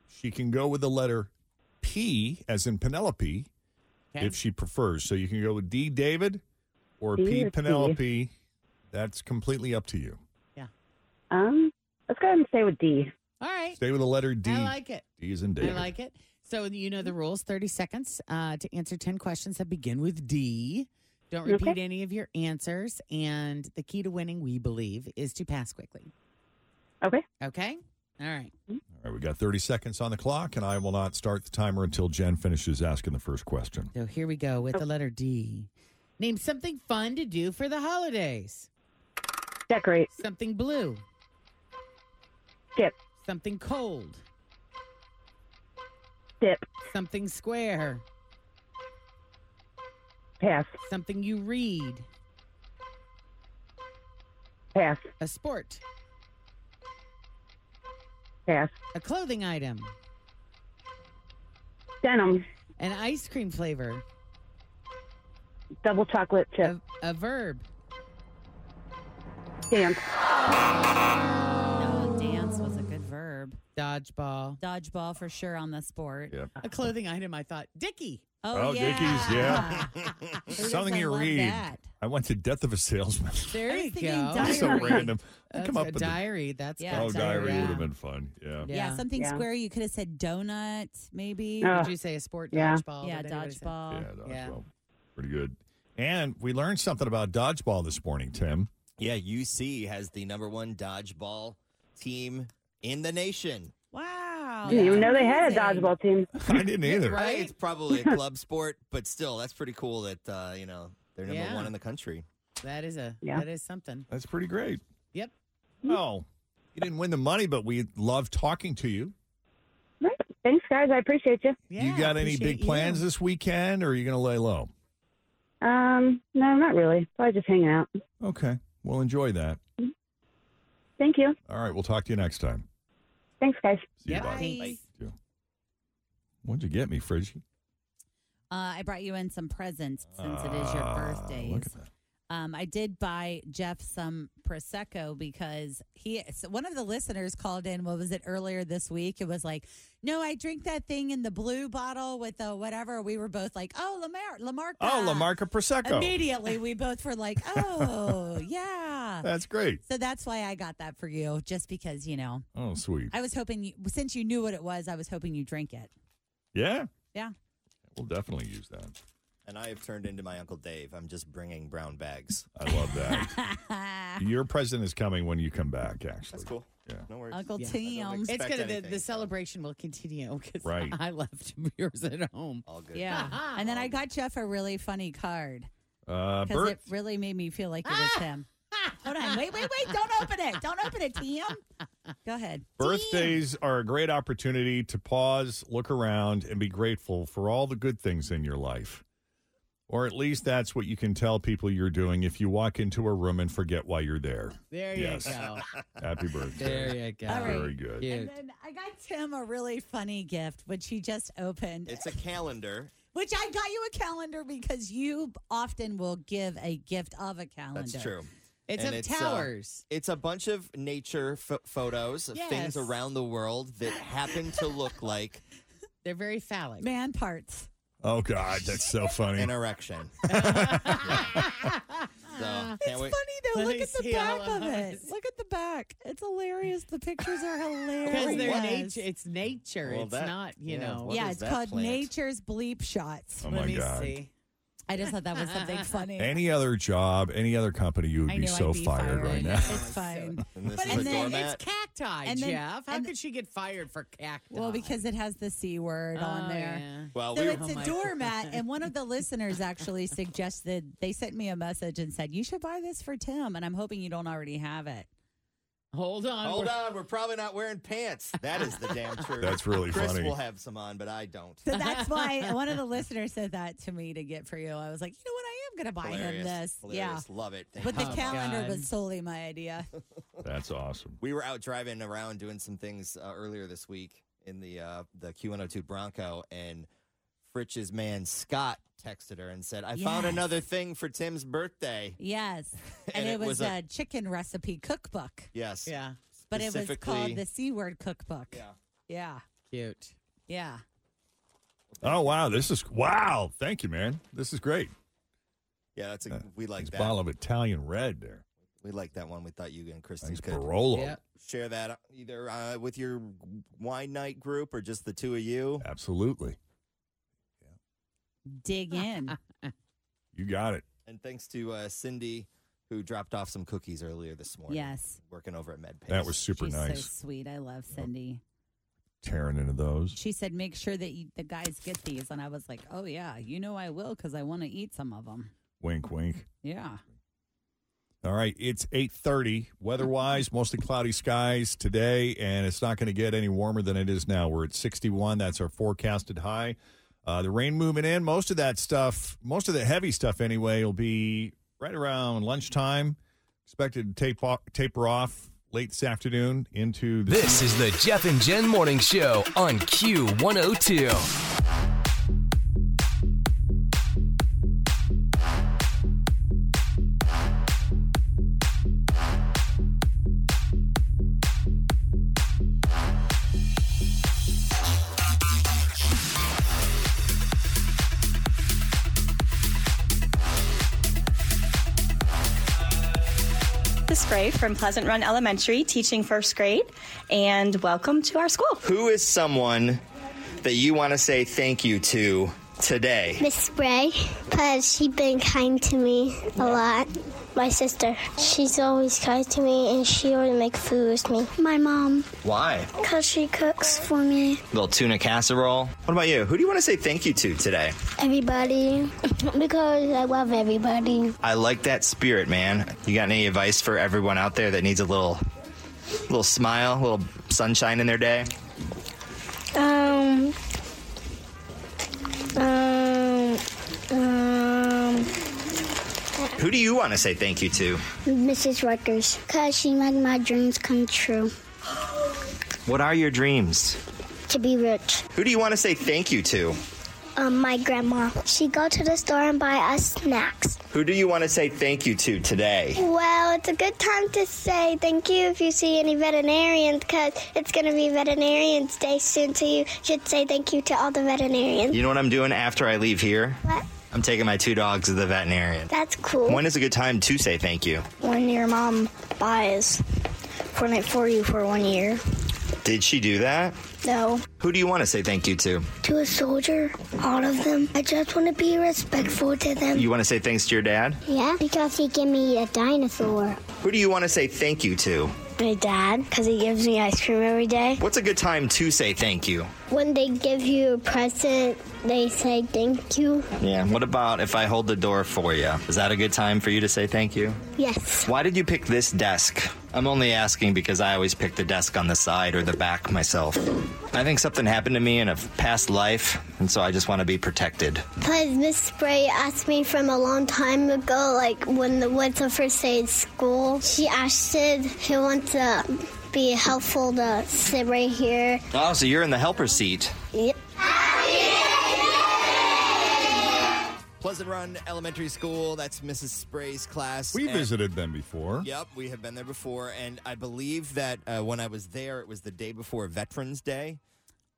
E: She can go with the letter P, as in Penelope,
C: Okay.
E: if she prefers. So you can go with D, David, or P,
O: D or P.
E: Penelope. That's completely up to you.
O: Um, let's go ahead and stay with D.
C: All right.
E: Stay with the letter D.
C: I like it.
E: D is in
C: I
E: David.
C: like it. So you know the rules 30 seconds uh, to answer 10 questions that begin with D. Don't repeat
O: Okay.
C: any of your answers. And the key to winning, we believe, is to pass quickly.
O: Okay.
C: Okay. All right.
E: All right, we got 30 seconds on the clock, and I will not start the timer until Jen finishes asking the first question.
C: So here we go with the letter D. Name something fun to do for the holidays.
O: Decorate.
C: Something blue.
O: Dip.
C: Something cold.
O: Dip.
C: Something square.
O: Pass.
C: Something you read.
O: Pass.
C: A sport.
O: Pass.
C: A clothing item.
O: Denim.
C: An ice cream flavor.
O: Double chocolate chip.
C: A verb.
O: Dance.
D: Oh, dance was a good verb.
C: Dodgeball.
D: Dodgeball for sure on the sport.
E: Yep.
C: A clothing item I thought. Dicky.
D: Oh,
E: Oh,
D: yeah.
E: Dickies, yeah.
D: Who
E: Something
D: doesn't
E: you
D: love
E: read.
D: that?
E: I went to Death of a Salesman.
C: There you
D: thinking
C: go.
D: diary.
E: so random. I
C: That's
E: come up
C: a
E: with the-
C: diary. That's
D: Yeah,
E: oh, diary
C: yeah.
E: would have been fun. Yeah.
D: Yeah, something
C: Yeah.
D: square. You could have said donut, maybe.
C: Did you say a sport
D: Yeah.
C: dodgeball?
D: Yeah,
C: Did anybody say-
D: dodgeball.
E: Yeah, dodgeball. Pretty good. And we learned something about dodgeball this morning, Tim.
B: Yeah, UC has the number one dodgeball team in the nation.
D: Wow.
O: Didn't even know
D: that's
O: they had a
D: amazing.
O: dodgeball team.
E: I didn't either.
B: I think It's probably a club sport, but still, that's pretty cool that uh, you know they're number
C: Yeah.
B: one in the country.
C: That is a
B: Yeah.
C: that is something.
E: That's pretty great.
C: Yep.
E: Oh, you didn't win the money, but we love talking to you.
O: Right. Thanks, guys. I appreciate you.
E: you got any big plans this weekend, or are you going to lay low?
O: Um, no, not really. Probably just hanging out.
E: Okay. We'll enjoy that.
O: Thank you.
E: All right. We'll talk to you next time.
O: Thanks, guys.
E: See you, bye. What'd you get me, Fridgie?
D: Uh, I brought you in some presents since it is your
E: Ah,
D: birthday.
E: look at that.
D: Um, I did buy Jeff some prosecco because he so one of the listeners called in. What was it earlier this week? It was like, no, I drink that thing in the blue bottle with the whatever. We were both like, oh, Lamar, Lamarca.
E: Oh, La Marca Prosecco.
D: Ah, Immediately, we both were like, oh, yeah.
E: That's great.
D: So that's why I got that for you, just because you know.
E: Oh, sweet.
D: I was hoping you, since you knew what it was, I was hoping you drink it.
E: Yeah.
D: Yeah.
E: We'll definitely use that.
B: And I have turned into my uncle Dave. I'm just bringing brown bags.
E: I love that. Your present is coming when you come back, actually.
B: That's cool.
E: Yeah.
B: No worries.
D: Uncle
C: Yeah.
D: Tim.
C: It's gonna the,
B: anything,
C: the celebration will continue because
E: Right.
C: I left yours at home.
B: All good.
D: Yeah. and then I got Jeff a really funny card
E: Uh,
D: because
E: Bert,
D: it really made me feel like it was him. Hold on. Wait, wait, wait. Don't open it. Don't open it, Tim. Go ahead.
E: birthdays are a great opportunity to pause, look around, and be grateful for all the good things in your life. Or at least that's what you can tell people you're doing if you walk into a room and forget why you're there.
C: There
E: Yes.
C: you go.
E: Happy birthday.
C: There you go.
D: All right.
E: Very good.
C: Cute.
D: And then I got Tim a really funny gift, which he just opened,
B: It's a calendar.
D: which I got you a calendar because you often will give a gift of a calendar.
B: That's true.
C: It's
B: And
C: of
B: uh,
C: towers.
B: it's a bunch of nature pho- photos of
C: Yes.
B: things around the world that happen to look like
C: They're very phallic.
D: Man parts.
E: Oh, God. That's so funny.
B: an erection. so,
D: It's
B: can't wait.
D: funny though.
C: Let
D: Look
C: me
D: at the
C: see. Hold
D: back
C: on.
D: of it. Look at the back. It's hilarious. The pictures are
C: Because
D: hilarious.
C: they're nature. It's nature.
B: Well,
C: it's
B: that-
C: not, you
B: yeah,
C: know.
B: what
D: yeah,
B: is
D: it's
B: that
D: called
B: plant?
D: Nature's Bleep Shots.
E: Oh,
C: Let
E: my
C: me
E: God.
C: see.
D: I just thought that was something funny.
E: Any other job, any other company, you would
D: I
E: be
D: knew
E: so
D: I'd be
E: fired,
D: fired
E: right now.
D: It's fine.
B: And this
D: But
B: is
D: and
B: a
D: then
B: doormat.
C: It's cacti,
D: And then-
C: Jeff. How
D: and-
C: could she get fired for cacti?
D: Well, because it has the C word on
C: Oh,
D: there.
C: yeah.
B: well,
D: So
B: we,
D: it's a doormat, and one of the listeners actually suggested they sent me a message and said you should buy this for Tim, and I'm hoping you don't already have it.
C: Hold on.
B: hold
C: we're-
B: on. We're probably not wearing pants. That is the damn truth.
E: That's really
B: Chris
E: funny.
B: will have some on, but I don't.
D: So that's why one of the listeners said that to me to get for you. I was like, you know what, I am going to buy him
B: Hilarious.
D: this.
B: Hilarious. Love it.
D: Yeah,
B: Thank
D: but the
B: you.
C: Oh,
D: calendar
C: God.
D: was solely my idea.
E: That's awesome.
B: we were out driving around doing some things uh, earlier this week in the uh, the Q102 Bronco, and Fritch's man Scott texted her and said, "I found
D: Yes.
B: another thing for Tim's birthday."
D: Yes, and, it, was, a, chicken recipe cookbook,
B: yes,
C: Yeah.
D: but it was
B: specifically-
D: called the C word cookbook.
B: yeah.
D: yeah,
C: Cute.
D: yeah.
E: Oh, wow. This is, wow. Thank you, man. This is great.
B: Yeah, that's a,
E: Uh,
B: we like
E: Nice
B: that.
E: bottle of Italian red there.
B: We like that one. We thought you and Kristen
E: Thanks,
B: could
E: Barolo. Yep.
B: share that either uh, with your wine night group or just the two of you.
E: Absolutely.
D: Dig in.
E: You got it.
B: And thanks to uh, Cindy, who dropped off some cookies earlier this morning.
D: Yes.
B: Working over at MedPace.
E: That was super
D: She's
E: nice.
D: so sweet. I love Cindy.
E: Tearing into those.
D: She said, make sure that you, the guys get these. And I was like, oh, yeah, you know I will because I want to eat some of them.
E: Wink, wink.
D: Yeah.
E: All right, it's 8:30. Weather-wise, mostly cloudy skies today and it's not going to get any warmer than it is now. We're at 61. That's our forecasted high. Uh, the rain moving in, most of that stuff, most of the heavy stuff anyway, will be right around lunchtime. Expected to tape off, taper off late this afternoon into the
A: This is the Jeff and Jen Morning Show on Q102.
P: This is Gray from Pleasant Run Elementary, teaching first grade, and welcome to our school.
B: Who is someone that you want to say thank you to today?
Q: Miss Ray, because she's been kind to me a lot. My sister, she's always kind to me, and she always makes food with me. My mom,
B: Why?
Q: because she cooks for me.
B: Little tuna casserole. What about you? Who do you want to say thank you to today?
Q: Everybody, because I love everybody.
B: I like that spirit, man. You got any advice for everyone out there that needs a little, little smile, little sunshine in their day?
Q: Um, um, um,
B: Who do you want to say thank you to?
Q: Mrs. Rutgers, because she made my dreams come true
B: What are your dreams?
Q: to be rich.
B: Who do you want to say thank you to?
Q: Um, my grandma, she go to the store and buy us snacks.
B: Who do you want to say thank you to today?
Q: Well, it's a good time to say thank you if you see any veterinarians because it's going to be Veterinarians Day soon, so you should say thank you to all the veterinarians.
B: You know what I'm doing after I leave here?
Q: What?
B: I'm taking my two dogs to the veterinarian.
Q: That's cool.
B: When is a good time to say thank you?
Q: when your
O: Um,
Q: mom buys Fortnite for you for one year.
B: Did she do that?
Q: No.
B: Who do you want to say thank you to?
Q: To a soldier, all of them. I just want to be respectful to them.
B: You want to say thanks to your dad?
Q: yeah, because he gave me a dinosaur.
B: Who do you want to say thank you to?
Q: My dad, because he gives me ice cream every day.
B: What's a good time to say thank you?
Q: When they give you a present, they say thank you.
B: Yeah. What about if I hold the door for you? Is that a good time for you to say thank you?
Q: Yes.
B: Why did you pick this desk? I'm only asking because I always pick the desk on the side or the back myself. I think something happened to me in a past life, and so I just want to be protected.
Q: Because Miss Spray asked me from a long time ago, like when the went the first day of school. She asked if he wants to be helpful to sit right here.
B: Oh, so you're in the helper seat.
Q: Yep.
B: Pleasant Run Elementary School, that's Mrs. Spray's class.
E: We
B: And-
E: visited them before.
B: Yep, we have been there before, and I believe that uh, when I was there, it was the day before Veterans Day.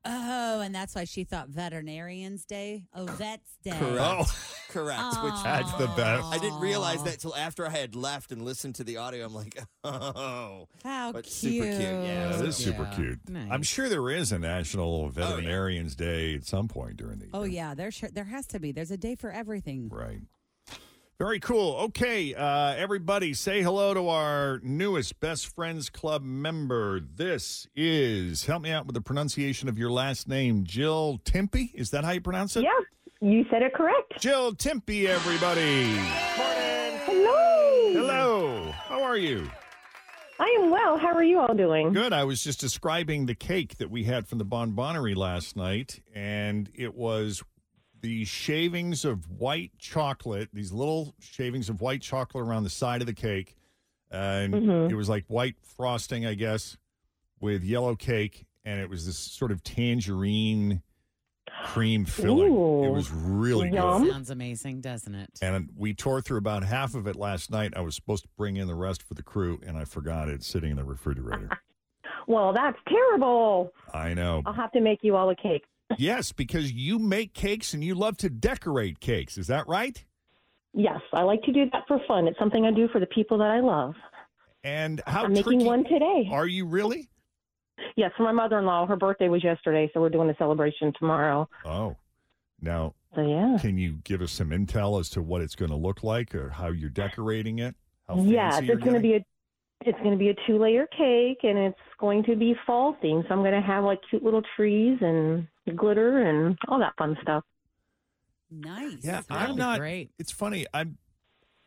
D: Oh, and that's why she thought Veterinarians Day. Oh, Vets Day.
B: correct. Which
E: That's the best.
B: I didn't realize that till after I had left and listened to the audio. I'm like, oh,
D: How
B: but super cute. Yeah,
E: That is
B: so-
E: super cute. I'm sure there is a
B: Oh,
E: National Veterinarians Day at some point during the
D: Oh, yeah. There, sure, there has to be. There's a day for everything.
E: Right. Very cool. Okay, uh, everybody, say hello to our newest Best Friends Club member. This is, help me out with the pronunciation of your last name, Jill Timpey. Is that how you pronounce it? Yeah,
O: you said it correct.
E: Jill Timpey, everybody.
O: Hello.
E: Hello. How are you?
O: I am well. How are you all doing?
E: Good. I was just describing the cake that we had from the Bonbonnery last night, and it was the shavings of white chocolate, these little shavings of white chocolate around the side of the cake. And
O: Mhm.
E: it was like white frosting, I guess, with yellow cake, and it was this sort of tangerine cream filling. It
C: Ooh.
E: was really good.
C: Sounds amazing, doesn't it?
E: And we tore through about half of it last night. I was supposed to bring in the rest for the crew, and I forgot it sitting in the refrigerator.
O: Well, that's terrible.
E: I
J: Oh,
E: know.
O: I'll have to make you all a cake.
E: Yes, because you make cakes and you love to decorate cakes. Is that right?
O: Yes, I like to do that for fun. It's something I do for the people that I love.
E: And how
R: I'm making
E: tricky
R: one today.
E: Are you really?
R: Yes, for my mother-in-law. Her birthday was yesterday, so we're doing a celebration tomorrow.
E: Oh, now
R: So yeah.
E: can you give us some intel as to what it's going to look like or how you're decorating it? How
R: yeah,
E: fancy you're
R: there's going to
E: getting
R: be a it's going to be a two-layer cake, and it's going to be fall themed. So I'm going to have like cute little trees and glitter and all that fun stuff.
D: Nice.
E: Yeah, I'm not. Great. It's funny. I'm.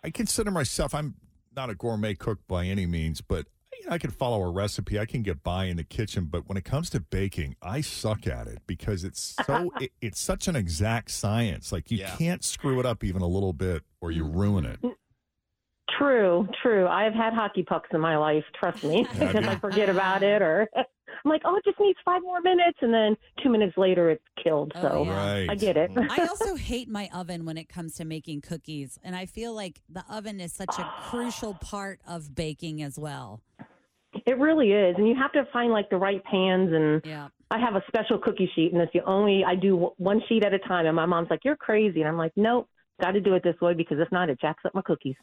E: I consider myself. I'm not a gourmet cook by any means, but you know, I can follow a recipe. I can get by in the kitchen, but when it comes to baking, I suck at it because it's so. it, it's such an exact science. Like you can't screw it up even a little bit, or
R: Mm.
E: you ruin it.
R: True, true. I have had hockey pucks in my life. Trust me,
E: Yeah,
R: because
E: yeah.
R: I forget about it, or I'm like, oh, it just needs five more minutes, and then two minutes later, it's killed.
D: Oh,
R: so Oh, I get it.
D: I also hate my oven when it comes to making cookies, and I feel like the oven is such a crucial part of baking as well.
R: It really is, and you have to find like the right pans. And
D: Yeah.
R: I have a special cookie sheet, and that's the only I do w- one sheet at a time. And my mom's like, "You're crazy," and I'm like, "Nope, got to do it this way because if not, it jacks up my cookies.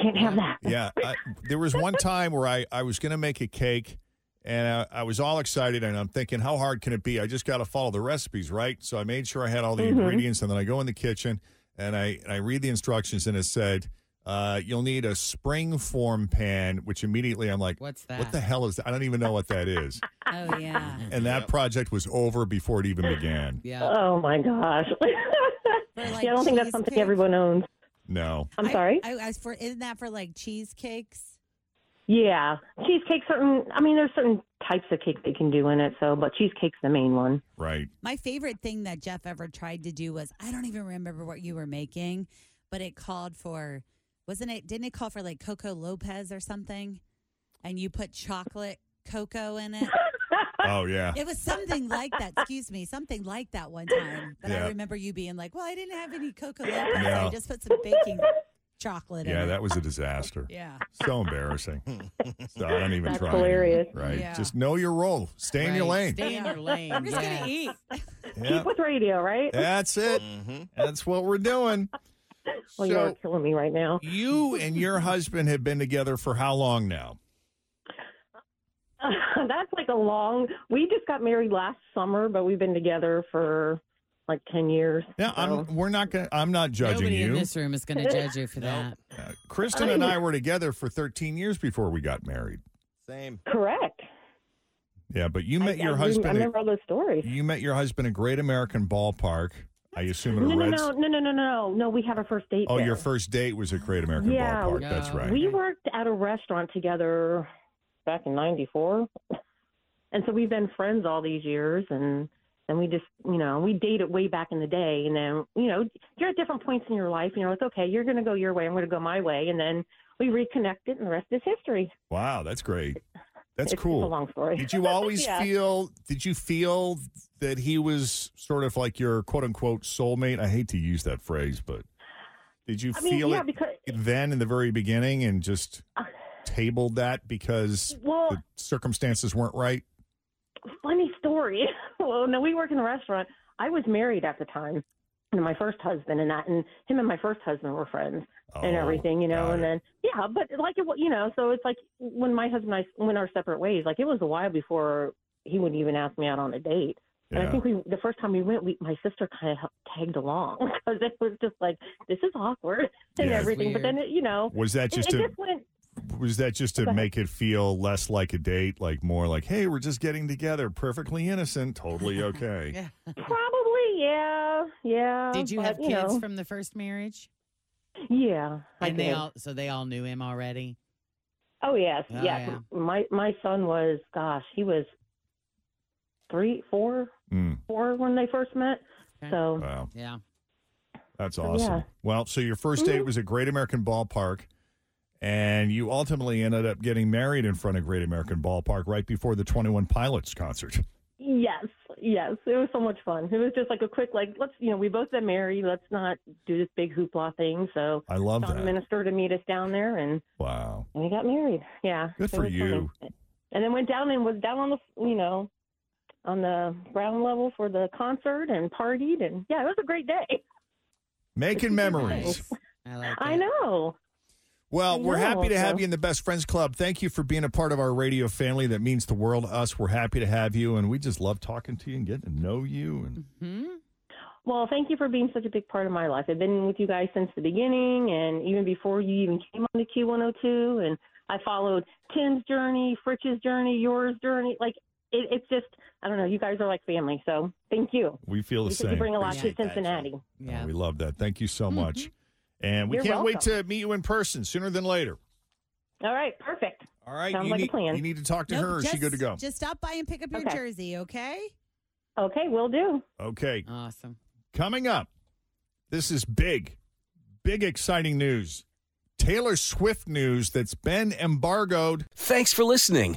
R: Can't have that."
E: Yeah, I, there was one time where I, I was going to make a cake and I, I was all excited and I'm thinking, how hard can it be? I just got to follow the recipes, right? So I made sure I had all the
R: Mhm.
E: ingredients and then I go in the kitchen and I, and I read the instructions and it said, uh, you'll need a spring form pan, which immediately I'm like,
C: What's
E: What
C: that?
E: the hell is that? I don't even know what that is.
D: Oh yeah.
E: and that project was over before it even began.
R: Oh my gosh. yeah, I don't think that's something
D: cheesecake?
R: everyone owns.
E: No.
R: I'm sorry.
D: I, I, for isn't that for like cheesecakes?
R: yeah, cheesecake. Certain. I mean, there's certain types of cake they can do in it. So, but cheesecake's the main one.
E: Right.
D: My favorite thing that Jeff ever tried to do was I don't even remember what you were making, but it called for wasn't it? Didn't it call for like Coco Lopez or something? And you put chocolate cocoa in it.
E: Oh, yeah.
D: It was something like that. Excuse me, something like that one time. But
E: Yeah.
D: I remember you being like, "Well, I didn't have any Coco Lopez.
E: No.
D: I just put some baking chocolate in
E: Yeah,
D: it."
E: that was a disaster.
D: Yeah.
E: So embarrassing. so I don't even
D: That's
E: try.
D: hilarious.
E: Anymore, right.
D: Yeah.
E: Just know your role. Stay in your
C: Right.
E: lane.
C: Stay in your lane.
D: I'm just
C: yes.
D: gonna eat.
E: Yeah.
R: Keep with radio, right?
E: That's it.
C: Mm-hmm.
E: That's what we're doing.
R: Well, you are killing me right now.
E: You and your husband have been together for how long now?
R: That's like a long. We just got married last summer, but we've been together for like ten years.
E: Yeah, I'm. We're not gonna. I'm not judging
C: Nobody
E: you.
C: in this room is going to judge you for that.
E: Uh, Kristen and I were together for 13 years before we got married.
B: Same.
R: Correct.
E: Yeah, but you met
R: I
E: your
R: rem- I
E: husband.
R: remember all those stories.
E: you met your husband at Great American Ballpark. I assume
R: No,
E: at a
R: no,
E: Reds.
R: no, no, no, no, no, no. We had our first date.
E: Oh,
R: there.
E: your first date was at Great American
R: yeah,
E: Ballpark. That's right.
R: We worked at a restaurant together back in '94, and so we've been friends all these years. And and we just, you know, we dated way back in the day. And then, you know, you're at different points in your life, and you're like, okay, you're going to go your way, I'm going to go my way, and then we reconnected, and the rest is history.
E: Wow, that's great. That's
R: It's-
E: cool.
R: It's a long story.
E: Did you always
R: Yeah.
E: feel? Did you feel that he was sort of like your quote unquote soulmate? I hate to use that phrase, but did you
R: I mean,
E: feel
R: yeah,
E: it
R: because- Uh,
E: then in the very beginning and just tabled that because
R: Well-
E: the circumstances weren't right?
R: funny story. Well, no, we work in a restaurant. I was married at the time, and my first husband and that, and him and my first husband were friends and
S: Oh,
R: everything, you know.
S: got
R: And
S: it.
R: then yeah, but like it, wa- you know, so it's like when my husband and I went our separate ways. Like it was a while before he would even ask me out on a date. And I
T: Yeah.
R: think we the first time we went, we, my sister kind of tagged along because it was just like this is awkward and
E: Yeah, it's
R: everything. But then it, you know,
E: Was that
R: it-
E: just
R: it,
E: a-
R: just went,
E: Was that just to make it feel less like a date, like more like, hey, we're just getting together, perfectly innocent, totally okay?
R: probably yeah yeah.
C: Did you
R: but,
C: have kids
R: know.
C: from the first marriage?
R: Yeah, I
C: and they
R: did.
C: all so they all knew him already.
R: Oh yes,
C: Oh,
R: yes.
C: yeah.
R: My my son was, gosh, he was three, four,
E: Mm.
R: four when they first met. So
E: Wow.
C: Yeah.
E: That's
R: So,
E: awesome.
R: yeah. Mm-hmm.
E: Well, so your 1st date was at Great American Ballpark, and you ultimately ended up getting married in front of Great American Ballpark right before the 21 Pilots concert.
R: yes, yes, it was so much fun. It was just like a quick, like let's, you know, we both been married. Let's not do this big hoopla thing. So
E: I love
R: found a
E: that.
R: minister to meet us down there, and
E: Wow.
R: and we got married. Yeah,
E: Good
R: it
E: for
R: was fun.
E: you.
R: And then went down and was down on the, you know, on the ground level for the concert and partied, and yeah, it was a great day.
E: Making memories.
C: I like
R: I know.
E: Well,
R: Yeah,
E: we're happy to have
R: okay.
E: you in the Best Friends Club. Thank you for being a part of our radio family. That means the world to us. We're happy to have you, and we just love talking to you and getting to know you. And
R: Well, thank you for being such a big part of my life. I've been with you guys since the beginning and even before you even came on the Q102. And I followed Tim's journey, Fritch's journey, yours journey. Like, it, it's just, I don't know, you guys are like family. So thank you.
E: we feel the
R: you,
E: same.
R: You bring a lot to
E: Appreciate that.
R: Cincinnati.
E: Oh, we love that. Thank you so much. And we
R: You're
E: can't wait
R: welcome.
E: to meet you in person sooner than later.
R: All right, perfect.
E: All right.
R: Sounds
E: you,
R: like
E: need,
R: a plan.
E: you need to talk to
D: Nope,
E: her. Or is she good to go?
D: Just stop by and pick up your
R: Okay.
D: jersey, okay?
R: Okay, will do.
E: Okay.
U: Awesome.
E: Coming up, this is big, big, exciting news. Taylor Swift news that's been embargoed.
V: Thanks for listening